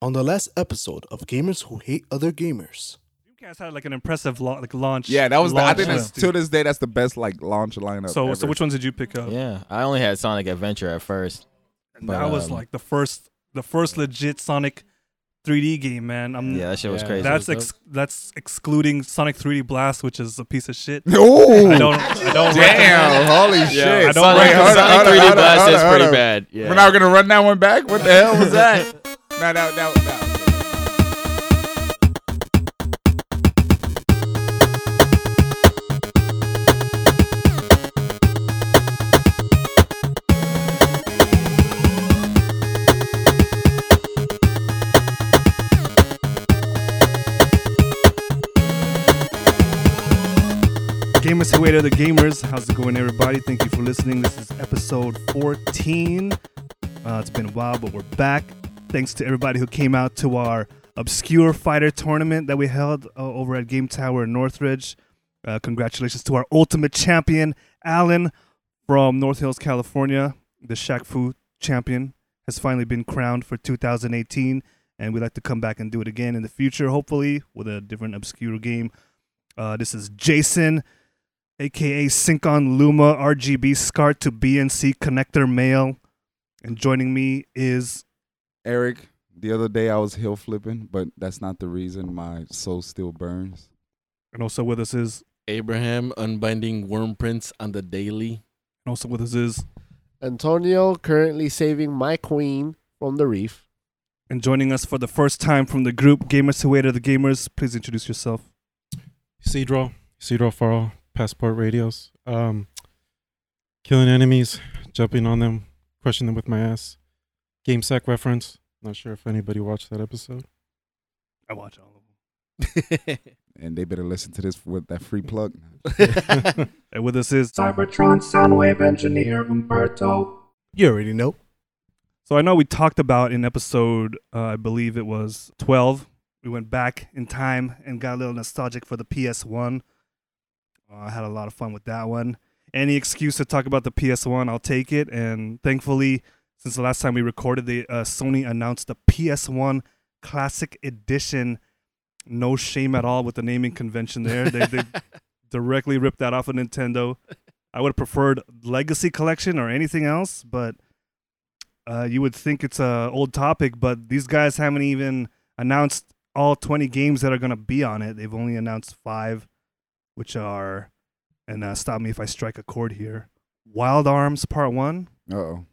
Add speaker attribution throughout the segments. Speaker 1: On the last episode of Gamers Who Hate Other Gamers,
Speaker 2: Dreamcast had like an impressive la- like launch.
Speaker 3: Yeah, that was. The, I
Speaker 2: launch
Speaker 3: think that's,
Speaker 2: list,
Speaker 3: to
Speaker 2: dude.
Speaker 3: this day that's the best like launch lineup.
Speaker 2: So
Speaker 3: ever.
Speaker 2: so which ones did you pick up?
Speaker 4: Yeah, I only had Sonic Adventure at first.
Speaker 2: And
Speaker 4: But,
Speaker 2: that was
Speaker 4: um,
Speaker 2: like the first the first legit Sonic 3D game, man. I'm
Speaker 4: Yeah, that shit was
Speaker 5: Yeah.
Speaker 4: crazy.
Speaker 2: Mm. that's
Speaker 5: was
Speaker 2: ex- that's excluding Sonic 3D Blast, which is a piece of shit.
Speaker 3: Oh
Speaker 2: I don't I don't
Speaker 3: damn! Holy shit!
Speaker 5: Yeah,
Speaker 2: I don't
Speaker 4: Sonic,
Speaker 2: Wait, hold on,
Speaker 4: Sonic
Speaker 3: hold on,
Speaker 4: 3D
Speaker 3: hold on,
Speaker 4: Blast
Speaker 3: hold
Speaker 4: is
Speaker 3: on, hold
Speaker 4: pretty
Speaker 3: on.
Speaker 4: bad. Yeah.
Speaker 3: We're not gonna run that one back. What the hell was that?
Speaker 4: that?
Speaker 3: no, no, no, no.
Speaker 2: Gamers who hate other gamers, how's it going, everybody? Thank you for listening. This is episode 14. Uh, it's been a while, but we're back. Thanks to everybody who came out to our obscure fighter tournament that we held uh, over at Game Tower in Northridge. Uh, congratulations to our ultimate champion, Alan from North Hills, California. The Shaq Fu champion has finally been crowned for 2018, and we'd like to come back and do it again in the future, hopefully, with a different obscure game. Uh, this is Jason, aka Syncon Luma RGB SCART to BNC connector male. And joining me is
Speaker 3: Eric, the other day I was hill flipping, but that's not the reason my soul still burns.
Speaker 2: and also with us is
Speaker 5: Abraham unbinding worm prints on the daily.
Speaker 2: and also with us is
Speaker 5: Antonio currently saving my queen from the reef.
Speaker 2: and joining us for the first time from the group Gamers Who Wait Are the Gamers. Please introduce yourself.
Speaker 6: Cedro, Cedro Faro, Passport Radios. Um, killing enemies, jumping on them, crushing them with my ass. GameSec reference. Not sure if anybody watched that episode.
Speaker 2: I watch all of them.
Speaker 3: And they better listen to this with that free plug.
Speaker 2: And with us is
Speaker 7: Cybertron Soundwave engineer Umberto.
Speaker 1: you already know.
Speaker 2: So I know we talked about in episode, uh, I believe it was 12. We went back in time and got a little nostalgic for the PS1. Uh, I had a lot of fun with that one. Any excuse to talk about the PS1, I'll take it. And thankfully, since the last time we recorded, the uh, Sony announced the PS1 Classic Edition. No shame at all with the naming convention there. They, they directly ripped that off of Nintendo. I would have preferred Legacy Collection or anything else, but uh, you would think it's a old topic, but these guys haven't even announced all 20 games that are going to be on it. They've only announced five, which are, and uh, stop me if I strike a chord here. Wild Arms Part One.
Speaker 3: Uh oh.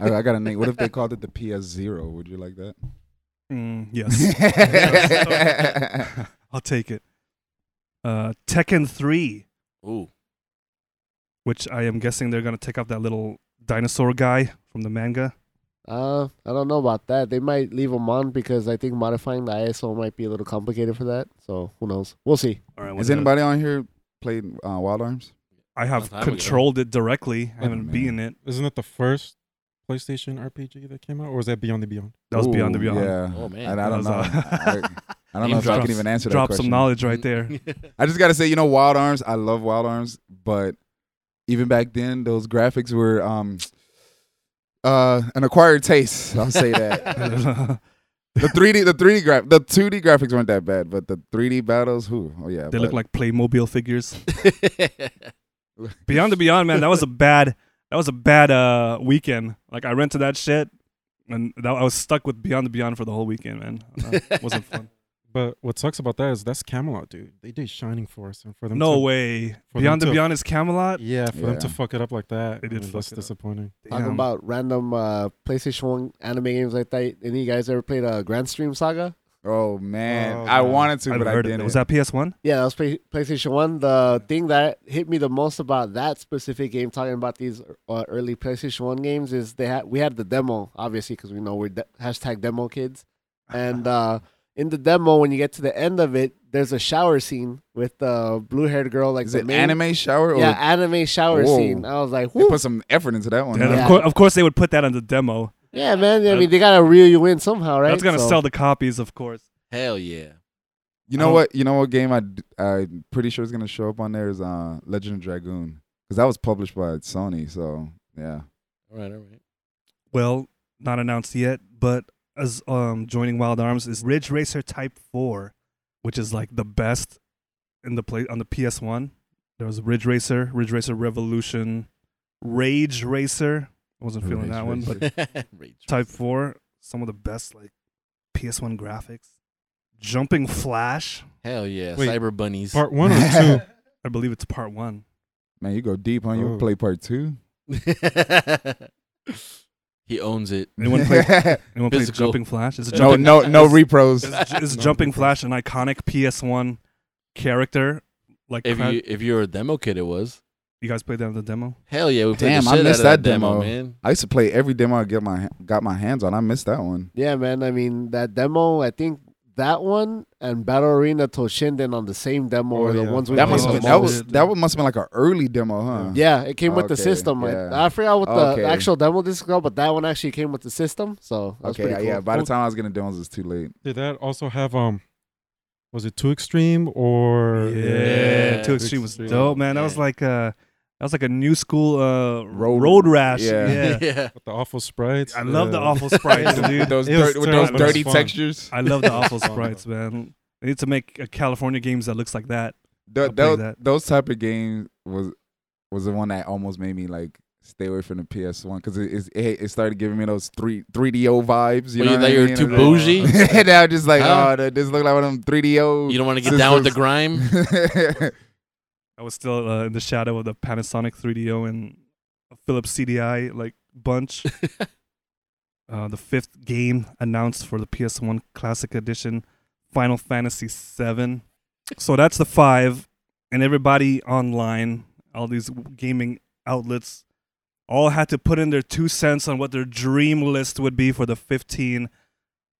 Speaker 3: I, I got a name. What if they called it the PS Zero? Would you like that?
Speaker 2: Mm, yes, I'll take it. Uh, Tekken Three,
Speaker 5: Ooh.
Speaker 2: which I am guessing they're going to take off that little dinosaur guy from the manga.
Speaker 8: Uh, I don't know about that. They might leave them on because I think modifying the ISO might be a little complicated for that. So who knows? We'll see.
Speaker 2: All right,
Speaker 3: Has anybody on here played uh, Wild Arms?
Speaker 2: I have
Speaker 5: Long time ago.
Speaker 2: controlled it directly. I
Speaker 3: Oh,
Speaker 2: haven't
Speaker 3: man.
Speaker 2: beaten it.
Speaker 6: Isn't that the first PlayStation RPG that came out, or was that Beyond the Beyond?
Speaker 2: That was
Speaker 3: Ooh,
Speaker 2: Beyond the Beyond.
Speaker 3: Yeah.
Speaker 5: Oh, man.
Speaker 3: And
Speaker 2: That
Speaker 3: I don't
Speaker 2: was,
Speaker 3: know. I,
Speaker 2: uh,
Speaker 3: I don't know if I
Speaker 2: Drops-
Speaker 3: can even answer that
Speaker 2: Drop
Speaker 3: question.
Speaker 2: some knowledge right there.
Speaker 3: I just gotta say, you know, Wild Arms. I love Wild Arms, but even back then, those graphics were um uh an acquired taste. I'll say that
Speaker 8: Mm-hmm.
Speaker 3: the three D, the three D graph, the two D graphics weren't that bad, but the three D battles, who? Oh yeah,
Speaker 2: They look like Playmobil figures.
Speaker 3: like
Speaker 2: Beyond the Beyond, man, that was a bad that was a bad uh weekend. Like I rented that shit and that, I was stuck with Beyond the Beyond for the whole weekend, man. That wasn't fun.
Speaker 6: But what sucks about that is that's Camelot, dude. They did Shining for us, and for them.
Speaker 2: No
Speaker 6: to,
Speaker 2: way.
Speaker 6: for them
Speaker 2: Beyond the
Speaker 6: to-
Speaker 2: Beyond is Camelot.
Speaker 6: Yeah, for them to
Speaker 3: Yeah.
Speaker 6: fuck it up like that.
Speaker 2: They did
Speaker 6: I mean,
Speaker 2: fuck
Speaker 6: that's
Speaker 2: it up.
Speaker 6: disappointing.
Speaker 2: Damn.
Speaker 8: Talking about random uh, PlayStation 1 anime games like that. Any of you guys ever played uh, Grand Stream Saga?
Speaker 3: Oh man,
Speaker 6: Oh,
Speaker 3: I
Speaker 6: man.
Speaker 3: wanted to,
Speaker 2: I
Speaker 3: but
Speaker 2: never
Speaker 3: I
Speaker 2: heard of
Speaker 3: didn't.
Speaker 2: it. Was that PS One?
Speaker 8: Yeah, that was play- PlayStation 1. The thing that hit me the most about that specific game, talking about these uh, early PlayStation 1 games, is they had we had the demo, obviously, because we know we're de- hashtag demo kids. And uh, in the demo, when you get to the end of it, there's a shower scene with the blue haired girl, like
Speaker 3: Is
Speaker 8: the
Speaker 3: it
Speaker 8: main-
Speaker 3: anime shower? Or
Speaker 8: Yeah, anime shower
Speaker 3: Whoa.
Speaker 8: scene. I was like,
Speaker 3: they
Speaker 8: Whoo.
Speaker 3: put some effort into that one.
Speaker 2: And
Speaker 3: huh?
Speaker 2: of
Speaker 8: Yeah.
Speaker 2: course of course they would put that on the demo.
Speaker 8: yeah, man. I mean, they gotta reel you in somehow, right?
Speaker 2: That's gonna
Speaker 8: So-
Speaker 2: sell the copies, of course.
Speaker 5: Hell yeah.
Speaker 2: I
Speaker 3: You know
Speaker 2: don't-
Speaker 3: what? You know what game I d- I'm pretty sure is gonna show up on there is uh Legend of Dragoon because that was published by Sony. So yeah,
Speaker 5: All right, all right.
Speaker 2: Well, not announced yet, but as um joining Wild Arms is Ridge Racer Type Four, which is like the best in the play on the PS One. There was Ridge Racer, Ridge Racer Revolution, Rage Racer. I wasn't feeling
Speaker 3: Rage
Speaker 2: that one, but Type Four, some of the best like PS One graphics. Jumping Flash,
Speaker 5: Hell yeah,
Speaker 6: Wait,
Speaker 5: cyber bunnies.
Speaker 6: Part one or two?
Speaker 2: I believe it's part one.
Speaker 3: Man, you go deep, huh? You
Speaker 6: Oh.
Speaker 3: play part two.
Speaker 5: he owns it.
Speaker 2: Anyone play?
Speaker 3: no,
Speaker 2: Anyone play
Speaker 5: Physical.
Speaker 2: Jumping Flash? It's a jumping.
Speaker 3: no, no repros.
Speaker 2: is, is
Speaker 6: No,
Speaker 2: Jumping
Speaker 6: no.
Speaker 2: Flash an iconic PS1 character? Like
Speaker 5: If
Speaker 2: crowd-
Speaker 5: you if you were a demo kid, it was.
Speaker 2: you guys played that in the demo?
Speaker 5: Hell yeah, we played
Speaker 3: Damn,
Speaker 5: the
Speaker 3: I
Speaker 5: shit
Speaker 3: missed
Speaker 5: out of
Speaker 3: that demo.
Speaker 5: man.
Speaker 3: I used to play every demo I get my got my hands on. I missed that one.
Speaker 9: Yeah, man. I mean, that demo, I think that one and Battle Arena Toshinden on the same demo
Speaker 6: Oh,
Speaker 9: were the
Speaker 6: yeah.
Speaker 9: ones we
Speaker 3: That
Speaker 9: played
Speaker 3: must
Speaker 9: the
Speaker 3: have been that
Speaker 9: most.
Speaker 3: was that must have been like an early demo, huh?
Speaker 9: Yeah, it came with the
Speaker 3: Okay,
Speaker 9: system. I-
Speaker 3: yeah.
Speaker 9: I, forgot what the
Speaker 3: Okay.
Speaker 9: actual demo disc was, called, but that one actually came with the system. So that was
Speaker 3: Okay.
Speaker 9: pretty
Speaker 3: Yeah,
Speaker 9: cool.
Speaker 3: yeah. By the time I was getting demos, it's too late.
Speaker 6: Did that also have um? Was it too extreme or
Speaker 5: Yeah.
Speaker 2: Two Extreme was
Speaker 6: Extreme.
Speaker 2: dope, man. That was
Speaker 5: Yeah.
Speaker 2: like uh that was like a new school uh road,
Speaker 3: Road-
Speaker 2: rash.
Speaker 3: yeah.
Speaker 2: Yeah.
Speaker 5: yeah.
Speaker 6: with the awful sprites?
Speaker 2: I love the
Speaker 6: Yeah.
Speaker 2: awful sprites,
Speaker 3: with
Speaker 2: dude.
Speaker 3: those,
Speaker 6: It was
Speaker 3: dirt, with those
Speaker 6: terrible. It was
Speaker 3: dirty
Speaker 6: fun.
Speaker 3: textures.
Speaker 2: I love the awful
Speaker 6: Awesome.
Speaker 2: sprites, man. They need to make uh, California games that looks like that.
Speaker 3: Tho-
Speaker 2: I played
Speaker 3: tho-
Speaker 2: that.
Speaker 3: Those type of games was was the one that almost made me like stay away from the PS One because it, it's- it it started giving me those three three DO vibes. You
Speaker 5: Well,
Speaker 3: know,
Speaker 5: you thought
Speaker 3: what
Speaker 5: you
Speaker 3: I
Speaker 5: were
Speaker 3: mean?
Speaker 5: too
Speaker 3: It was
Speaker 5: bougie?
Speaker 3: like- and I was just like,
Speaker 5: Huh?
Speaker 3: oh, that- this look like one of them three DO.
Speaker 5: You don't want to get down with the grime.
Speaker 2: I was still uh, in the shadow of the Panasonic 3DO and Philips CDI like bunch. uh, the fifth game announced for the PS1 Classic Edition, Final Fantasy VII. So that's the five, and everybody online, all these gaming outlets, all had to put in their two cents on what their dream list would be for the 15.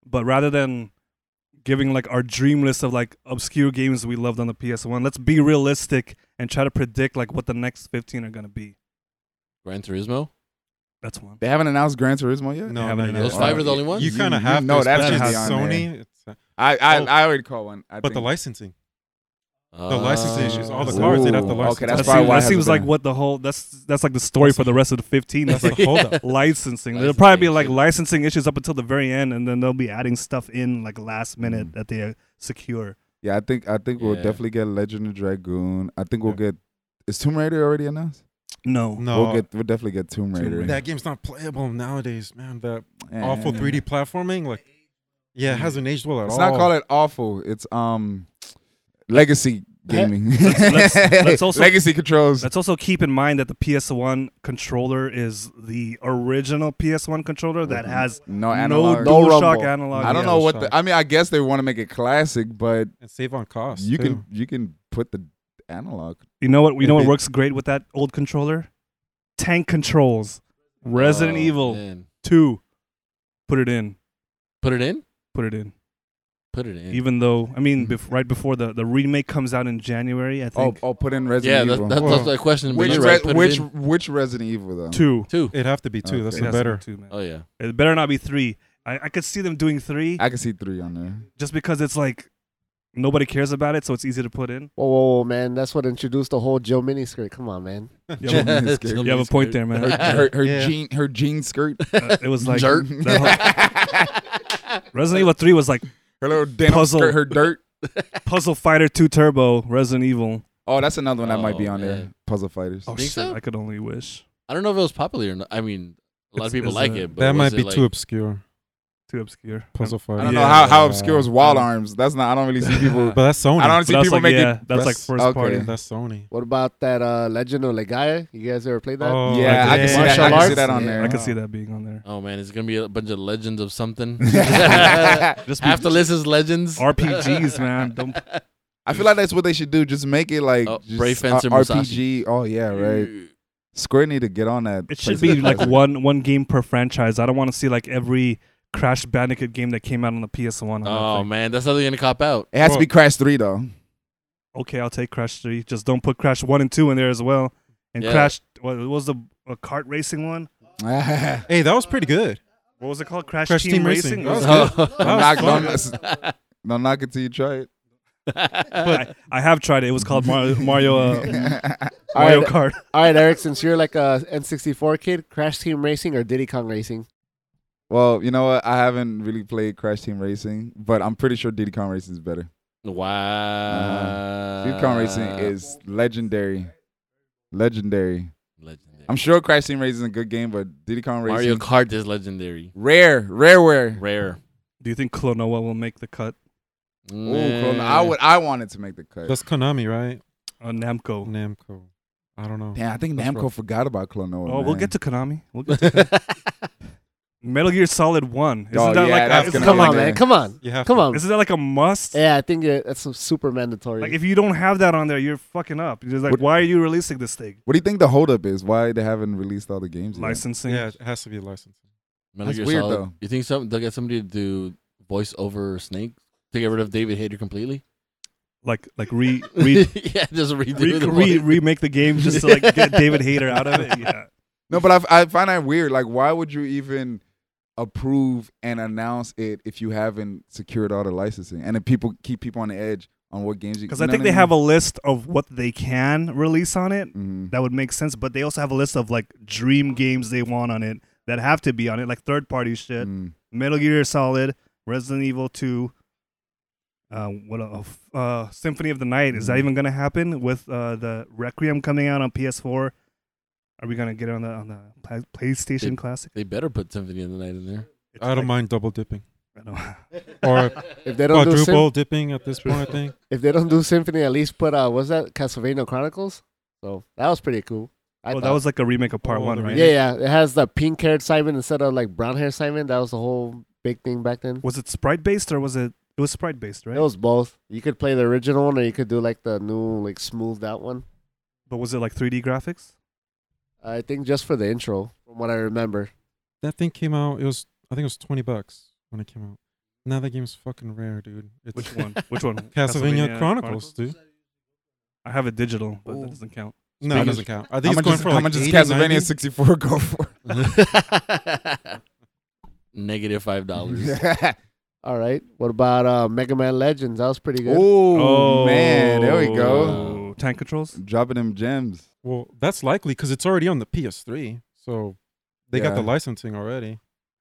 Speaker 2: But rather than giving like our dream list of like obscure games we loved on the PS1, let's be realistic and try to predict like what the next 15 are gonna be.
Speaker 5: Gran Turismo.
Speaker 2: That's one.
Speaker 3: they haven't announced Gran Turismo yet.
Speaker 6: No,
Speaker 2: Haven't
Speaker 6: not
Speaker 2: announced
Speaker 6: yet.
Speaker 5: Those five
Speaker 3: Oh,
Speaker 5: are the only ones.
Speaker 6: You
Speaker 3: You-
Speaker 6: kind of
Speaker 3: you
Speaker 6: have
Speaker 3: know
Speaker 6: to,
Speaker 3: that
Speaker 6: especially
Speaker 2: shit's
Speaker 3: on
Speaker 6: Sony. It's, uh,
Speaker 3: I I,
Speaker 6: Oh.
Speaker 3: I already caught one. I
Speaker 6: but the
Speaker 3: think.
Speaker 6: licensing.
Speaker 5: Uh,
Speaker 6: The licensing issues, all the
Speaker 3: Ooh.
Speaker 6: cards they'd have to
Speaker 3: Okay,
Speaker 6: license.
Speaker 3: that's
Speaker 2: that
Speaker 3: probably
Speaker 2: seems,
Speaker 3: why it
Speaker 2: that seems
Speaker 3: hasn't
Speaker 2: like
Speaker 3: been-
Speaker 2: what the whole that's that's like the story for the rest of the 15. That's like
Speaker 6: the hold up.
Speaker 2: licensing. There'll
Speaker 5: Licensing
Speaker 2: probably be like
Speaker 5: shit.
Speaker 2: licensing issues up until the very end, and then they'll be adding stuff in like last
Speaker 3: Mm.
Speaker 2: minute that they uh, secure.
Speaker 3: Yeah, I think I think we'll
Speaker 5: Yeah.
Speaker 3: definitely get Legend of Dragoon. I think we'll get. Is Tomb Raider already announced?
Speaker 2: No,
Speaker 6: No,
Speaker 3: We'll get. We'll definitely get Tomb Raider.
Speaker 6: that game's not playable nowadays, man. That
Speaker 3: Eh.
Speaker 6: awful 3D platforming, like, yeah, it hasn't aged well at
Speaker 3: It's
Speaker 6: all.
Speaker 3: not call it awful. It's um, legacy gaming.
Speaker 2: let's- let's also-
Speaker 3: legacy controls.
Speaker 2: Let's also keep in mind that the PS1 controller is the original PS1 controller that has
Speaker 3: Mm-hmm. no
Speaker 2: no
Speaker 3: analog.
Speaker 2: DualShock analog.
Speaker 3: I don't
Speaker 2: Yeah.
Speaker 3: know what
Speaker 6: DualShock.
Speaker 3: the. I mean, I guess they want to make it classic, but
Speaker 6: and save on cost.
Speaker 3: you
Speaker 6: too.
Speaker 3: can you can put the analog.
Speaker 2: You know what? You know
Speaker 3: If
Speaker 2: what
Speaker 3: it-
Speaker 2: works great with that old controller? Tank controls. Resident
Speaker 5: Oh,
Speaker 2: Evil
Speaker 5: man.
Speaker 2: Two. Put it in.
Speaker 5: Put it in.
Speaker 2: Put it in.
Speaker 5: Put it in.
Speaker 2: Even though, I mean, bef- right before the, the remake comes out in January, I
Speaker 3: Mm-hmm. Oh,
Speaker 2: think
Speaker 3: oh, put in
Speaker 5: yeah,
Speaker 3: Resident
Speaker 5: that,
Speaker 3: Evil.
Speaker 5: that,
Speaker 6: Whoa.
Speaker 5: that's the question. But
Speaker 3: which
Speaker 5: you're right.
Speaker 3: Re-
Speaker 5: Put
Speaker 3: which
Speaker 5: it in.
Speaker 3: which Resident Evil though?
Speaker 2: two.
Speaker 5: two.
Speaker 6: It'd have to be two.
Speaker 3: Okay.
Speaker 6: That's
Speaker 2: It
Speaker 6: the
Speaker 2: has to be
Speaker 6: better.
Speaker 2: Two, man.
Speaker 5: Oh yeah.
Speaker 2: It better not be three. I, I could see them doing three
Speaker 3: I can see three on there.
Speaker 2: just because it's like nobody cares about it, so it's easy to put in.
Speaker 9: Whoa, whoa, whoa, man. That's what introduced the whole Joe miniskirt. Come on, man.
Speaker 2: You have a,
Speaker 3: Miniskirt.
Speaker 2: you have a point there, man.
Speaker 3: Her her
Speaker 6: Yeah.
Speaker 3: jean her jean skirt.
Speaker 2: Uh, it was like
Speaker 3: Jerk.
Speaker 2: that whole- Resident Evil Three was like
Speaker 3: her little denim
Speaker 2: Puzzle.
Speaker 3: skirt. Her dirt.
Speaker 2: Puzzle Fighter Two Turbo, Resident Evil.
Speaker 3: Oh, that's another one that might be
Speaker 5: Oh,
Speaker 3: on there.
Speaker 5: man.
Speaker 3: Puzzle fighters.
Speaker 2: Oh
Speaker 5: Think
Speaker 2: shit!
Speaker 5: so?
Speaker 2: I could only wish.
Speaker 5: I don't know if it was popular or not. I mean, a
Speaker 2: It's-
Speaker 5: lot of people
Speaker 2: it's,
Speaker 5: like
Speaker 2: uh,
Speaker 5: it. But
Speaker 6: That
Speaker 5: was
Speaker 6: might
Speaker 5: it,
Speaker 6: be
Speaker 5: like,
Speaker 6: too obscure.
Speaker 2: Too obscure.
Speaker 6: Puzzle fighter.
Speaker 3: I don't know
Speaker 2: Yeah.
Speaker 3: how, how
Speaker 6: Uh,
Speaker 3: obscure is Wild Arms. That's not. I don't really see people.
Speaker 6: But that's Sony.
Speaker 3: I don't
Speaker 2: But
Speaker 3: see
Speaker 2: that's
Speaker 3: people
Speaker 2: like,
Speaker 3: making.
Speaker 2: yeah, that's like
Speaker 3: press-
Speaker 2: first
Speaker 3: okay.
Speaker 2: party.
Speaker 6: That's Sony.
Speaker 9: What about that uh, Legend of Legaia? You guys ever played that?
Speaker 6: Oh,
Speaker 3: yeah, I can see that. I
Speaker 9: Martial
Speaker 3: can see
Speaker 9: arts?
Speaker 3: that on
Speaker 9: Yeah.
Speaker 3: there.
Speaker 2: I could see that being on there.
Speaker 5: Oh man, it's gonna be a bunch of legends of something.
Speaker 2: Just be
Speaker 5: Half the list is legends.
Speaker 2: RPGs, man. Don't
Speaker 3: I feel like that's what they should do. Just make it like
Speaker 5: Oh,
Speaker 3: just
Speaker 5: Brave Fencer
Speaker 3: a-
Speaker 5: Musashi.
Speaker 3: RPG. Oh yeah, right. Square need to get on that.
Speaker 2: It should
Speaker 3: PlayStation
Speaker 2: be like
Speaker 3: Classic.
Speaker 2: one one game per franchise. I don't want to see like every Crash Bandicoot game that came out on the PS1. on that
Speaker 5: Oh
Speaker 2: thing.
Speaker 5: man, that's how they're gonna cop out.
Speaker 3: It has to be
Speaker 6: Well-
Speaker 3: Crash Three though.
Speaker 2: Okay, I'll take Crash Three. Just don't put Crash One and Two in there as well. And
Speaker 5: Yeah.
Speaker 2: Crash, what what was the uh, kart racing one?
Speaker 3: I'm
Speaker 6: Hey, that was pretty good.
Speaker 2: What was it called? Crash,
Speaker 6: Crash
Speaker 2: Team,
Speaker 6: Team
Speaker 2: Racing.
Speaker 6: Racing. That was
Speaker 2: It was-
Speaker 3: not
Speaker 6: That was
Speaker 3: gonna. Don't knock it till you try it.
Speaker 2: I, I have tried it. It was called Mario Mario, uh,
Speaker 9: All
Speaker 2: Mario
Speaker 9: right,
Speaker 2: Kart.
Speaker 9: all right, Eric. Since you're like a N64 kid, Crash Team Racing or Diddy Kong Racing?
Speaker 3: Well, you know what? I haven't really played Crash Team Racing, but I'm pretty sure Diddy Kong Racing is better.
Speaker 5: Wow.
Speaker 3: Diddy Kong Racing
Speaker 5: Uh,
Speaker 3: is legendary, legendary.
Speaker 5: legendary.
Speaker 3: I'm sure Crash Team Racing is a good game, but Diddy Kong Racing,
Speaker 5: Mario Kart is legendary.
Speaker 3: rare, rareware.
Speaker 5: Rare.
Speaker 2: Do you think Klonoa will make the cut?
Speaker 3: Ooh, Chrono- I would, I wanted to make the cut.
Speaker 6: That's Konami, right?
Speaker 2: Uh, Namco.
Speaker 6: Namco. I don't know.
Speaker 3: Damn, I think
Speaker 6: That's
Speaker 3: Namco
Speaker 6: rough.
Speaker 3: forgot about Klonoa.
Speaker 2: Oh, we'll
Speaker 3: man.
Speaker 2: get to Konami. We'll get to Metal Gear Solid One. Isn't
Speaker 3: Oh,
Speaker 2: that
Speaker 3: yeah,
Speaker 2: like
Speaker 3: that's
Speaker 2: a,
Speaker 3: gonna
Speaker 8: Come
Speaker 3: be
Speaker 8: on,
Speaker 3: good.
Speaker 8: man. Come on.
Speaker 6: You have
Speaker 8: Come
Speaker 6: to-
Speaker 8: on.
Speaker 2: isn't that like a must?
Speaker 8: Yeah, I think uh, that's some super mandatory.
Speaker 2: Like if you don't have that on there, you're fucking up. You're just like,
Speaker 3: What-
Speaker 2: why are you releasing this thing?
Speaker 3: What do you think the holdup is? Why they haven't released all the games? yet?
Speaker 2: Licensing.
Speaker 6: Yeah, it has to be licensed.
Speaker 5: Metal
Speaker 3: That's
Speaker 5: Gear
Speaker 3: weird,
Speaker 5: Solid.
Speaker 3: though.
Speaker 5: You think some they'll get somebody to do voice over Snake to get rid of David Hayter completely?
Speaker 2: Like like re re,
Speaker 5: yeah, just redo
Speaker 2: re,
Speaker 5: the
Speaker 2: re-
Speaker 5: voice.
Speaker 2: remake the game just to like get David Hayter out of it. Yeah.
Speaker 3: No, but I, I find that weird. Like, why would you even approve and announce it if you haven't secured all the licensing? And if people keep people on the edge on what games you
Speaker 2: Because I think they have a list of what they can release on it.
Speaker 3: Mm,
Speaker 2: That would make sense. But they also have a list of like dream games they want on it that have to be on it, like third party shit.
Speaker 3: mm.
Speaker 2: Metal Gear Solid, Resident Evil 2. Uh, what a, uh, Symphony of the Night is
Speaker 6: Mm-hmm.
Speaker 2: that
Speaker 3: Mhm.
Speaker 2: even gonna happen with uh, the Requiem coming out on PS4? Are we gonna get it on the on the Pla- PlayStation
Speaker 5: It-
Speaker 2: Classic?
Speaker 5: They better put Symphony of the Night in there.
Speaker 2: It's
Speaker 6: I don't
Speaker 2: like-
Speaker 6: mind double dipping
Speaker 2: I don't-
Speaker 6: or
Speaker 8: if they don't do
Speaker 6: quadruple
Speaker 8: sym-
Speaker 6: dipping at this point. I think
Speaker 8: if they don't do symphony, at least put uh, what's that Castlevania Chronicles? So that was pretty cool. I
Speaker 2: well,
Speaker 8: thought.
Speaker 2: Oh, that was like a remake of Part
Speaker 6: Oh,
Speaker 2: One,
Speaker 6: the
Speaker 2: right?
Speaker 8: yeah, yeah. It has the pink haired Simon instead of like brown haired Simon. That was the whole big thing back then.
Speaker 2: Was it sprite based or was it? It was sprite based, right?
Speaker 8: It was both. You could play the original one, or you could do like the new, like smoothed out one.
Speaker 2: but was it like 3D graphics?
Speaker 8: I think just for the intro, from what I remember.
Speaker 6: that thing came out. It was I think it was twenty bucks when it came out. Now that game's fucking rare, dude. It's
Speaker 2: Which one? Which one?
Speaker 6: Castlevania, Chronicles, dude.
Speaker 2: I have it digital, but that doesn't count.
Speaker 6: No,
Speaker 3: Speaking
Speaker 6: it
Speaker 3: of-
Speaker 6: doesn't count. I
Speaker 3: How
Speaker 6: think it's
Speaker 3: much,
Speaker 6: going
Speaker 3: is,
Speaker 6: for
Speaker 3: how
Speaker 6: like
Speaker 3: much does
Speaker 6: 80,
Speaker 3: Castlevania
Speaker 6: 90?
Speaker 3: 64 go for?
Speaker 5: Negative five dollars.
Speaker 8: All right. What about uh, Mega Man Legends? That was pretty good.
Speaker 3: oh, man. There we go.
Speaker 2: Oh, Tank controls.
Speaker 3: Dropping them gems.
Speaker 6: Well, that's likely because it's already on the PS3, so they got the
Speaker 3: Yeah.
Speaker 6: licensing already.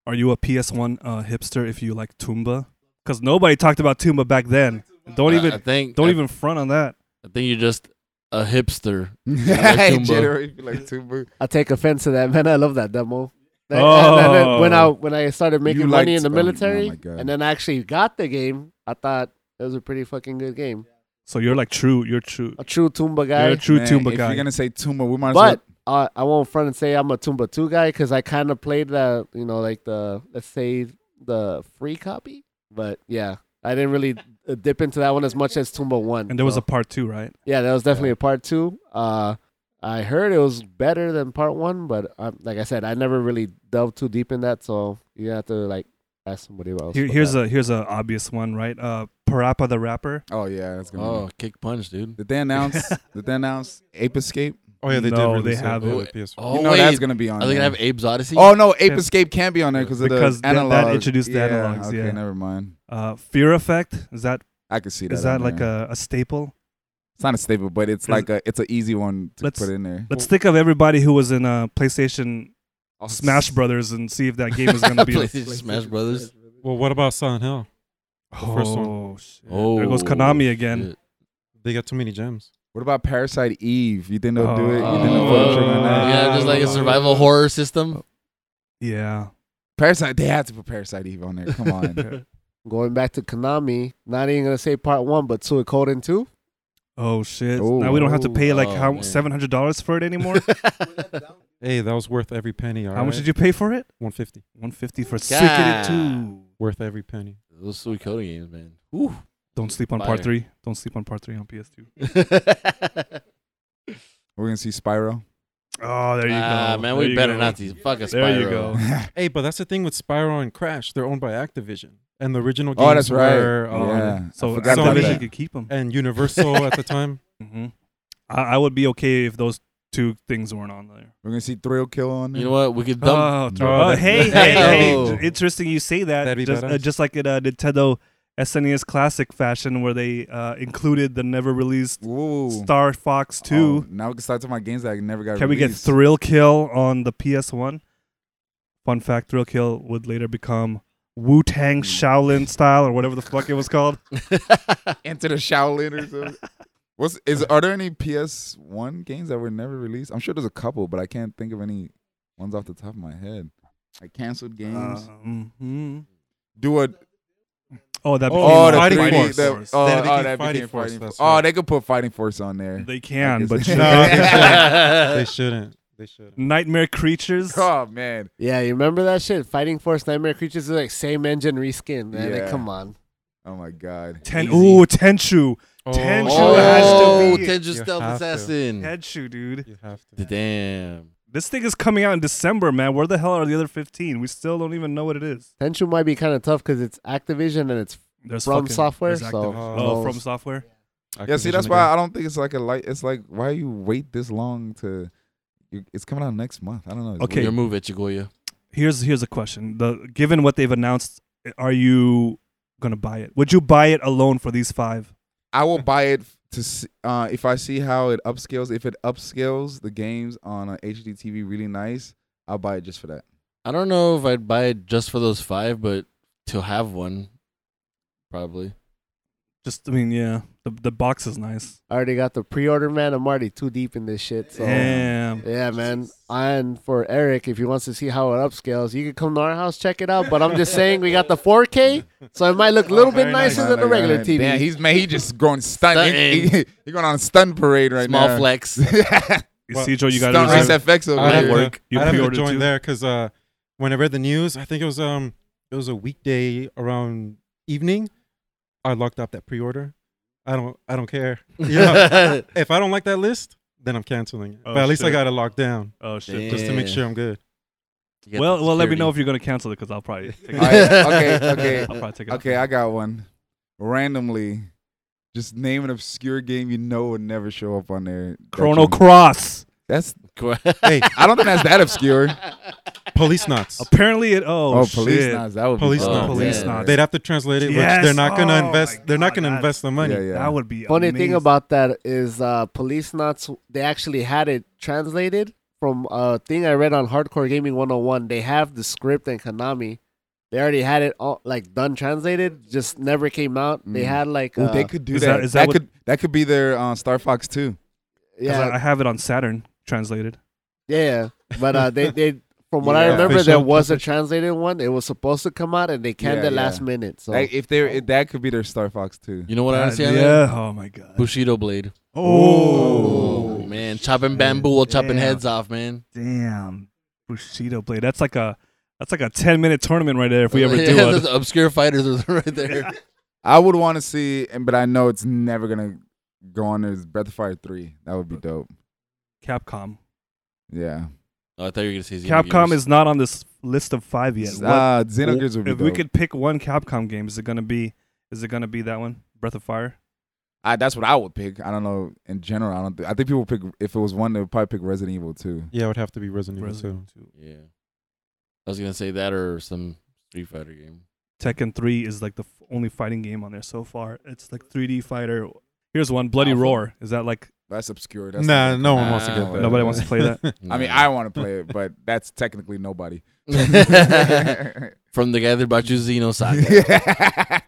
Speaker 2: Are you a PS1 uh, hipster if you like Tumba? Because nobody talked about Tumba back then. Don't
Speaker 5: Uh, I-
Speaker 2: even
Speaker 5: I think,
Speaker 2: don't
Speaker 5: I,
Speaker 2: even front on that.
Speaker 5: I think you're just a hipster.
Speaker 3: Hey,
Speaker 5: Tumba.
Speaker 3: Jittery, you like Tumba.
Speaker 8: I take offense to that, man. I love that demo. That-
Speaker 2: Oh.
Speaker 8: and then when I when I started making
Speaker 3: You
Speaker 8: money
Speaker 3: liked-
Speaker 8: in the
Speaker 3: oh, oh my
Speaker 8: military,
Speaker 3: God.
Speaker 8: and then I actually got the game, I thought it was a pretty fucking good game.
Speaker 2: So you're like true. You're true.
Speaker 8: A true Tumba
Speaker 2: You're a
Speaker 8: guy,
Speaker 2: true
Speaker 3: Man,
Speaker 2: Tumba
Speaker 3: if
Speaker 2: guy.
Speaker 3: you're going to say Tumba, we might as well.
Speaker 8: but I I won't front and say I'm a Tumba two guy because I kind of played the you know like the let's say the free copy, but yeah, I didn't really uh, dip into that one as much as Tumba one.
Speaker 2: and there was
Speaker 8: so-
Speaker 2: a part two, right?
Speaker 8: Yeah, that was definitely a part two. Uh, I heard it was better than part one, but um, like I said, I never really delved too deep in that, so you have to like ask somebody else.
Speaker 2: Here, here's a here's a obvious one, right? Uh, Parappa the rapper.
Speaker 3: Oh, yeah. That's going to
Speaker 5: Oh, kick punch, dude.
Speaker 3: Did they announce? did they announce Ape Escape?
Speaker 6: Oh yeah, they
Speaker 2: No,
Speaker 6: did.
Speaker 2: they
Speaker 6: release it
Speaker 2: haven't.
Speaker 6: on the PS3.
Speaker 5: Oh
Speaker 3: you know
Speaker 5: wait,
Speaker 3: that's gonna be on.
Speaker 5: are they
Speaker 3: there.
Speaker 5: gonna have Abe's Odyssey?
Speaker 3: Oh no, Ape
Speaker 2: Yes.
Speaker 3: Escape can't be on there because of
Speaker 2: Because that-
Speaker 3: the
Speaker 2: that
Speaker 3: analog.
Speaker 2: introduced the
Speaker 3: yeah,
Speaker 2: analogs,
Speaker 3: Okay,
Speaker 2: yeah.
Speaker 3: never mind.
Speaker 2: Uh, Fear Effect. Is that
Speaker 3: I could see that.
Speaker 2: is that
Speaker 3: on
Speaker 2: like
Speaker 3: there.
Speaker 2: a, a staple?
Speaker 3: It's not a staple, but it's
Speaker 2: Is-
Speaker 3: like a. It's an easy one to
Speaker 2: Let's-
Speaker 3: put in there.
Speaker 2: Let's think of everybody who was in uh, PlayStation
Speaker 3: Oh,
Speaker 2: Smash Brothers and see if that game is going to be.
Speaker 5: PlayStation Smash Brothers.
Speaker 6: Well, what about Silent Hill? first one.
Speaker 2: oh, shit.
Speaker 5: Oh,
Speaker 2: there goes Konami again.
Speaker 5: shit.
Speaker 6: They got too many gems.
Speaker 3: What about Parasite Eve? You think they'll do it? You
Speaker 5: Oh.
Speaker 3: think they'll pull the trigger on that?
Speaker 5: yeah, just like a survival horror system.
Speaker 2: Yeah,
Speaker 3: Parasite. They have to put Parasite Eve on there. Come on.
Speaker 8: Going back to Konami, not even gonna say part one, but Suikoden two.
Speaker 2: Oh shit!
Speaker 3: Oh.
Speaker 2: now we don't have to pay like
Speaker 5: Oh,
Speaker 2: how
Speaker 5: man.
Speaker 2: seven hundred dollars for it anymore.
Speaker 6: Hey, that was worth every penny.
Speaker 2: how much did you pay for it?
Speaker 6: One fifty.
Speaker 2: One fifty for
Speaker 5: God.
Speaker 2: Secret Two.
Speaker 6: Worth every penny.
Speaker 5: Those sweet coding games, man. Ooh.
Speaker 2: Don't sleep on
Speaker 5: Fire.
Speaker 2: Part Three. Don't sleep on Part Three on PS2.
Speaker 3: We're gonna see Spyro.
Speaker 2: Oh, there you
Speaker 5: Ah,
Speaker 2: go.
Speaker 5: man,
Speaker 2: There
Speaker 5: we
Speaker 2: you
Speaker 5: better
Speaker 2: go.
Speaker 5: not these fuck a Spyro.
Speaker 2: There you go.
Speaker 6: Hey, but that's the thing with Spyro and Crash. They're owned by Activision, and the original games
Speaker 3: Oh, that's right.
Speaker 6: were um,
Speaker 3: yeah.
Speaker 2: So
Speaker 3: forgot
Speaker 6: about
Speaker 2: Activision
Speaker 6: that.
Speaker 2: could keep them.
Speaker 6: and Universal at the time.
Speaker 2: hmm I, I would be okay if those two things weren't on there.
Speaker 3: We're gonna see Thrill Kill on there.
Speaker 5: You know what? We could dump.
Speaker 2: oh, throw-
Speaker 6: Oh,
Speaker 2: oh, hey,
Speaker 5: that's-
Speaker 2: hey, hey!
Speaker 5: Oh.
Speaker 2: j- Interesting, you say that.
Speaker 6: That'd be
Speaker 2: just, uh,
Speaker 6: badass.
Speaker 2: just like in uh, Nintendo SNES Classic fashion, where they uh, included the never released
Speaker 3: Ooh.
Speaker 2: Star Fox
Speaker 3: Oh,
Speaker 2: Two.
Speaker 3: now we can start talking about games that I never got.
Speaker 2: Can we get
Speaker 3: released.
Speaker 2: Thrill Kill on the PS1? Fun fact: Thrill Kill would later become Wu Tang Shaolin style or whatever the fuck it was called.
Speaker 3: Into the Shaolin or something. What's is? Are there any PS One games that were never released? I'm sure there's a couple, but I can't think of any ones off the top of my head. Like canceled games.
Speaker 2: Um, hmm.
Speaker 3: Do a
Speaker 2: Oh, that. Became
Speaker 3: oh the
Speaker 6: Fighting
Speaker 3: 3D,
Speaker 6: Force.
Speaker 3: the-
Speaker 6: Force.
Speaker 3: oh,
Speaker 6: That
Speaker 3: oh,
Speaker 6: became
Speaker 3: that
Speaker 6: Fighting
Speaker 3: became
Speaker 6: Force,
Speaker 3: Fighting
Speaker 6: that's
Speaker 3: Force. Oh,
Speaker 6: right.
Speaker 3: they could put Fighting Force on there.
Speaker 2: they can,
Speaker 3: guess
Speaker 2: but
Speaker 3: they-
Speaker 2: you
Speaker 6: No,
Speaker 2: know,
Speaker 6: they shouldn't. They shouldn't. They shouldn't.
Speaker 2: Nightmare Creatures.
Speaker 3: Oh man,
Speaker 8: Yeah, you remember that shit? Fighting Force Nightmare Creatures is like same engine reskin. Man. Like,
Speaker 3: Yeah.
Speaker 8: come on.
Speaker 3: oh my god.
Speaker 2: Ten.
Speaker 5: Easy.
Speaker 2: Ooh, Tenchu. Tenchu
Speaker 5: Oh,
Speaker 2: has to be-
Speaker 5: Tenchu
Speaker 6: You
Speaker 5: Stealth
Speaker 6: have to.
Speaker 5: Assassin.
Speaker 2: Tenchu, dude.
Speaker 6: You have to.
Speaker 5: Damn.
Speaker 2: This thing is coming out in December, man. Where the hell are the other fifteen? We still don't even know what it is.
Speaker 8: Tenchu might be kind of tough because it's Activision and it's
Speaker 2: There's
Speaker 8: From
Speaker 2: fucking-
Speaker 8: Software,
Speaker 2: there's
Speaker 8: so-
Speaker 2: Activision.
Speaker 6: Oh.
Speaker 2: oh, from software.
Speaker 3: Yeah, see,
Speaker 6: Activision
Speaker 3: that's why
Speaker 6: again.
Speaker 3: I don't think it's like a light. It's like why you wait this long to? you- It's coming out next month. I don't know. It's
Speaker 2: Okay.
Speaker 3: weird.
Speaker 5: Your move, Ichigoya.
Speaker 2: Here's here's a question. The given what they've announced, are you gonna buy it? Would you buy it alone for these five?
Speaker 3: I will buy it to see, uh, if I see how it upscales. If it upscales the games on uh, HD TV really nice, I'll buy it just for that.
Speaker 5: I don't know if I'd buy it just for those five, but to have one, probably.
Speaker 2: Just I mean, yeah. The the box is nice.
Speaker 8: I already got the pre-order man. I'm already too deep in this shit. So um,
Speaker 2: Damn.
Speaker 8: yeah, man. And for Eric, if he wants to see how it upscales, you can come to our house check it out. But I'm just saying we got the 4K, so it might look a little bit
Speaker 6: very nice.
Speaker 8: nicer than the regular TV.
Speaker 3: Man, he's man, he just going stunt. He,
Speaker 5: Stunting.
Speaker 3: he going on a stunt parade right
Speaker 5: Small
Speaker 3: now.
Speaker 5: flex.
Speaker 2: You
Speaker 6: Well,
Speaker 2: see, Joe, you got
Speaker 3: stunt race
Speaker 2: to.
Speaker 3: FX over
Speaker 6: I'd have
Speaker 3: here.
Speaker 2: work.
Speaker 6: to,
Speaker 2: You
Speaker 6: I'd have to
Speaker 2: pre-ordered
Speaker 6: join
Speaker 2: too?
Speaker 6: there because uh, when I read the news, I think it was um it was a weekday around evening. I locked up that pre-order. I don't I don't care. You know, if I don't like that list, then I'm canceling it.
Speaker 2: Oh,
Speaker 6: but at least I
Speaker 2: shit.
Speaker 6: got it locked down
Speaker 2: Oh shit.
Speaker 6: just to make
Speaker 5: Yeah.
Speaker 6: sure I'm good.
Speaker 5: You get
Speaker 2: well,
Speaker 5: the
Speaker 2: well, let me
Speaker 5: security.
Speaker 2: know if you're gonna cancel it because I'll probably. Take it.
Speaker 3: All right, okay, okay.
Speaker 2: I'll probably take it. off.
Speaker 3: Okay, I got one. Randomly, just name an obscure game you know would never show up on there. that
Speaker 2: Chrono
Speaker 3: you-
Speaker 2: Cross.
Speaker 3: That's
Speaker 6: Hey,
Speaker 3: I don't think that's that obscure.
Speaker 6: police knots.
Speaker 2: Apparently, it. Oh,
Speaker 3: Oh, police
Speaker 2: shit.
Speaker 3: knots. That would
Speaker 6: Police
Speaker 3: be
Speaker 5: knots. Police
Speaker 3: yeah.
Speaker 2: knots.
Speaker 6: They'd have to translate it,
Speaker 2: Yes.
Speaker 6: which they're not
Speaker 2: Oh,
Speaker 6: gonna
Speaker 2: my
Speaker 6: invest. They're not
Speaker 2: God,
Speaker 6: gonna
Speaker 2: that's-
Speaker 6: invest the money.
Speaker 3: Yeah, yeah.
Speaker 2: That would be
Speaker 8: Funny
Speaker 2: amazing.
Speaker 8: thing about that is uh, Police Knots, they actually had it translated from a thing I read on Hardcore Gaming 101. They have the script and Konami. They already had it all like done translated, just never came out. They
Speaker 3: Mm.
Speaker 8: had like
Speaker 3: Ooh,
Speaker 8: uh,
Speaker 3: they could do
Speaker 2: Is
Speaker 3: that.
Speaker 2: that- is that
Speaker 3: that
Speaker 2: what-
Speaker 3: could that could be their uh, Star Fox too.
Speaker 2: 'Cause
Speaker 8: yeah,
Speaker 2: I, I have it on Saturn translated.
Speaker 8: yeah, yeah. But uh, they they from what I
Speaker 3: Yeah.
Speaker 8: remember,
Speaker 6: Official
Speaker 8: there was a
Speaker 6: publisher.
Speaker 8: translated one. It was supposed to come out, and they canned
Speaker 3: Yeah,
Speaker 8: it
Speaker 3: yeah.
Speaker 8: last minute. So Oh.
Speaker 3: Like, if they if that could be their Star Fox too.
Speaker 5: You know what I
Speaker 2: That-
Speaker 5: honestly yeah.
Speaker 2: yeah. Oh my god.
Speaker 5: Bushido blade.
Speaker 2: Oh,
Speaker 5: man, chopping bamboo while chopping
Speaker 2: Yeah.
Speaker 5: heads off, man.
Speaker 2: damn. Bushido blade. That's like a. That's like a ten minute tournament right there if we ever do
Speaker 5: Yeah,
Speaker 2: one.
Speaker 5: those obscure fighters are right there.
Speaker 3: I would want to see, and but I know it's never gonna go on there. Is Breath of Fire three? That would be dope.
Speaker 2: Capcom.
Speaker 3: Yeah,
Speaker 5: Oh, I thought you were gonna say Xenogears.
Speaker 2: Capcom is not on this list of five yet. What-
Speaker 3: uh, Xenogears would be
Speaker 2: if
Speaker 3: dope.
Speaker 2: we could pick one Capcom game, is it gonna be? Is it gonna be that one? Breath of Fire.
Speaker 3: I, that's what I would pick. I don't know. In general, I don't. Think, I think people would pick if it was one, they would probably pick Resident Evil two.
Speaker 6: Yeah, it would have to be Resident Evil
Speaker 2: Resident
Speaker 6: 2.
Speaker 2: Evil 2.
Speaker 5: Yeah, I was gonna say that or some Street Fighter game.
Speaker 2: Tekken 3 is like the f- only fighting game on there so far. It's like 3D fighter. Here's one, Bloody
Speaker 5: Alpha.
Speaker 2: Roar. Is that like
Speaker 3: That's obscure. That's
Speaker 6: Nah,
Speaker 3: not-
Speaker 6: no one wants to
Speaker 5: Ah,
Speaker 6: get that.
Speaker 2: nobody wants to play that?
Speaker 3: I mean, I want to play it, but that's technically nobody.
Speaker 5: from the guy that brought you Xeno Saga.
Speaker 3: Yeah.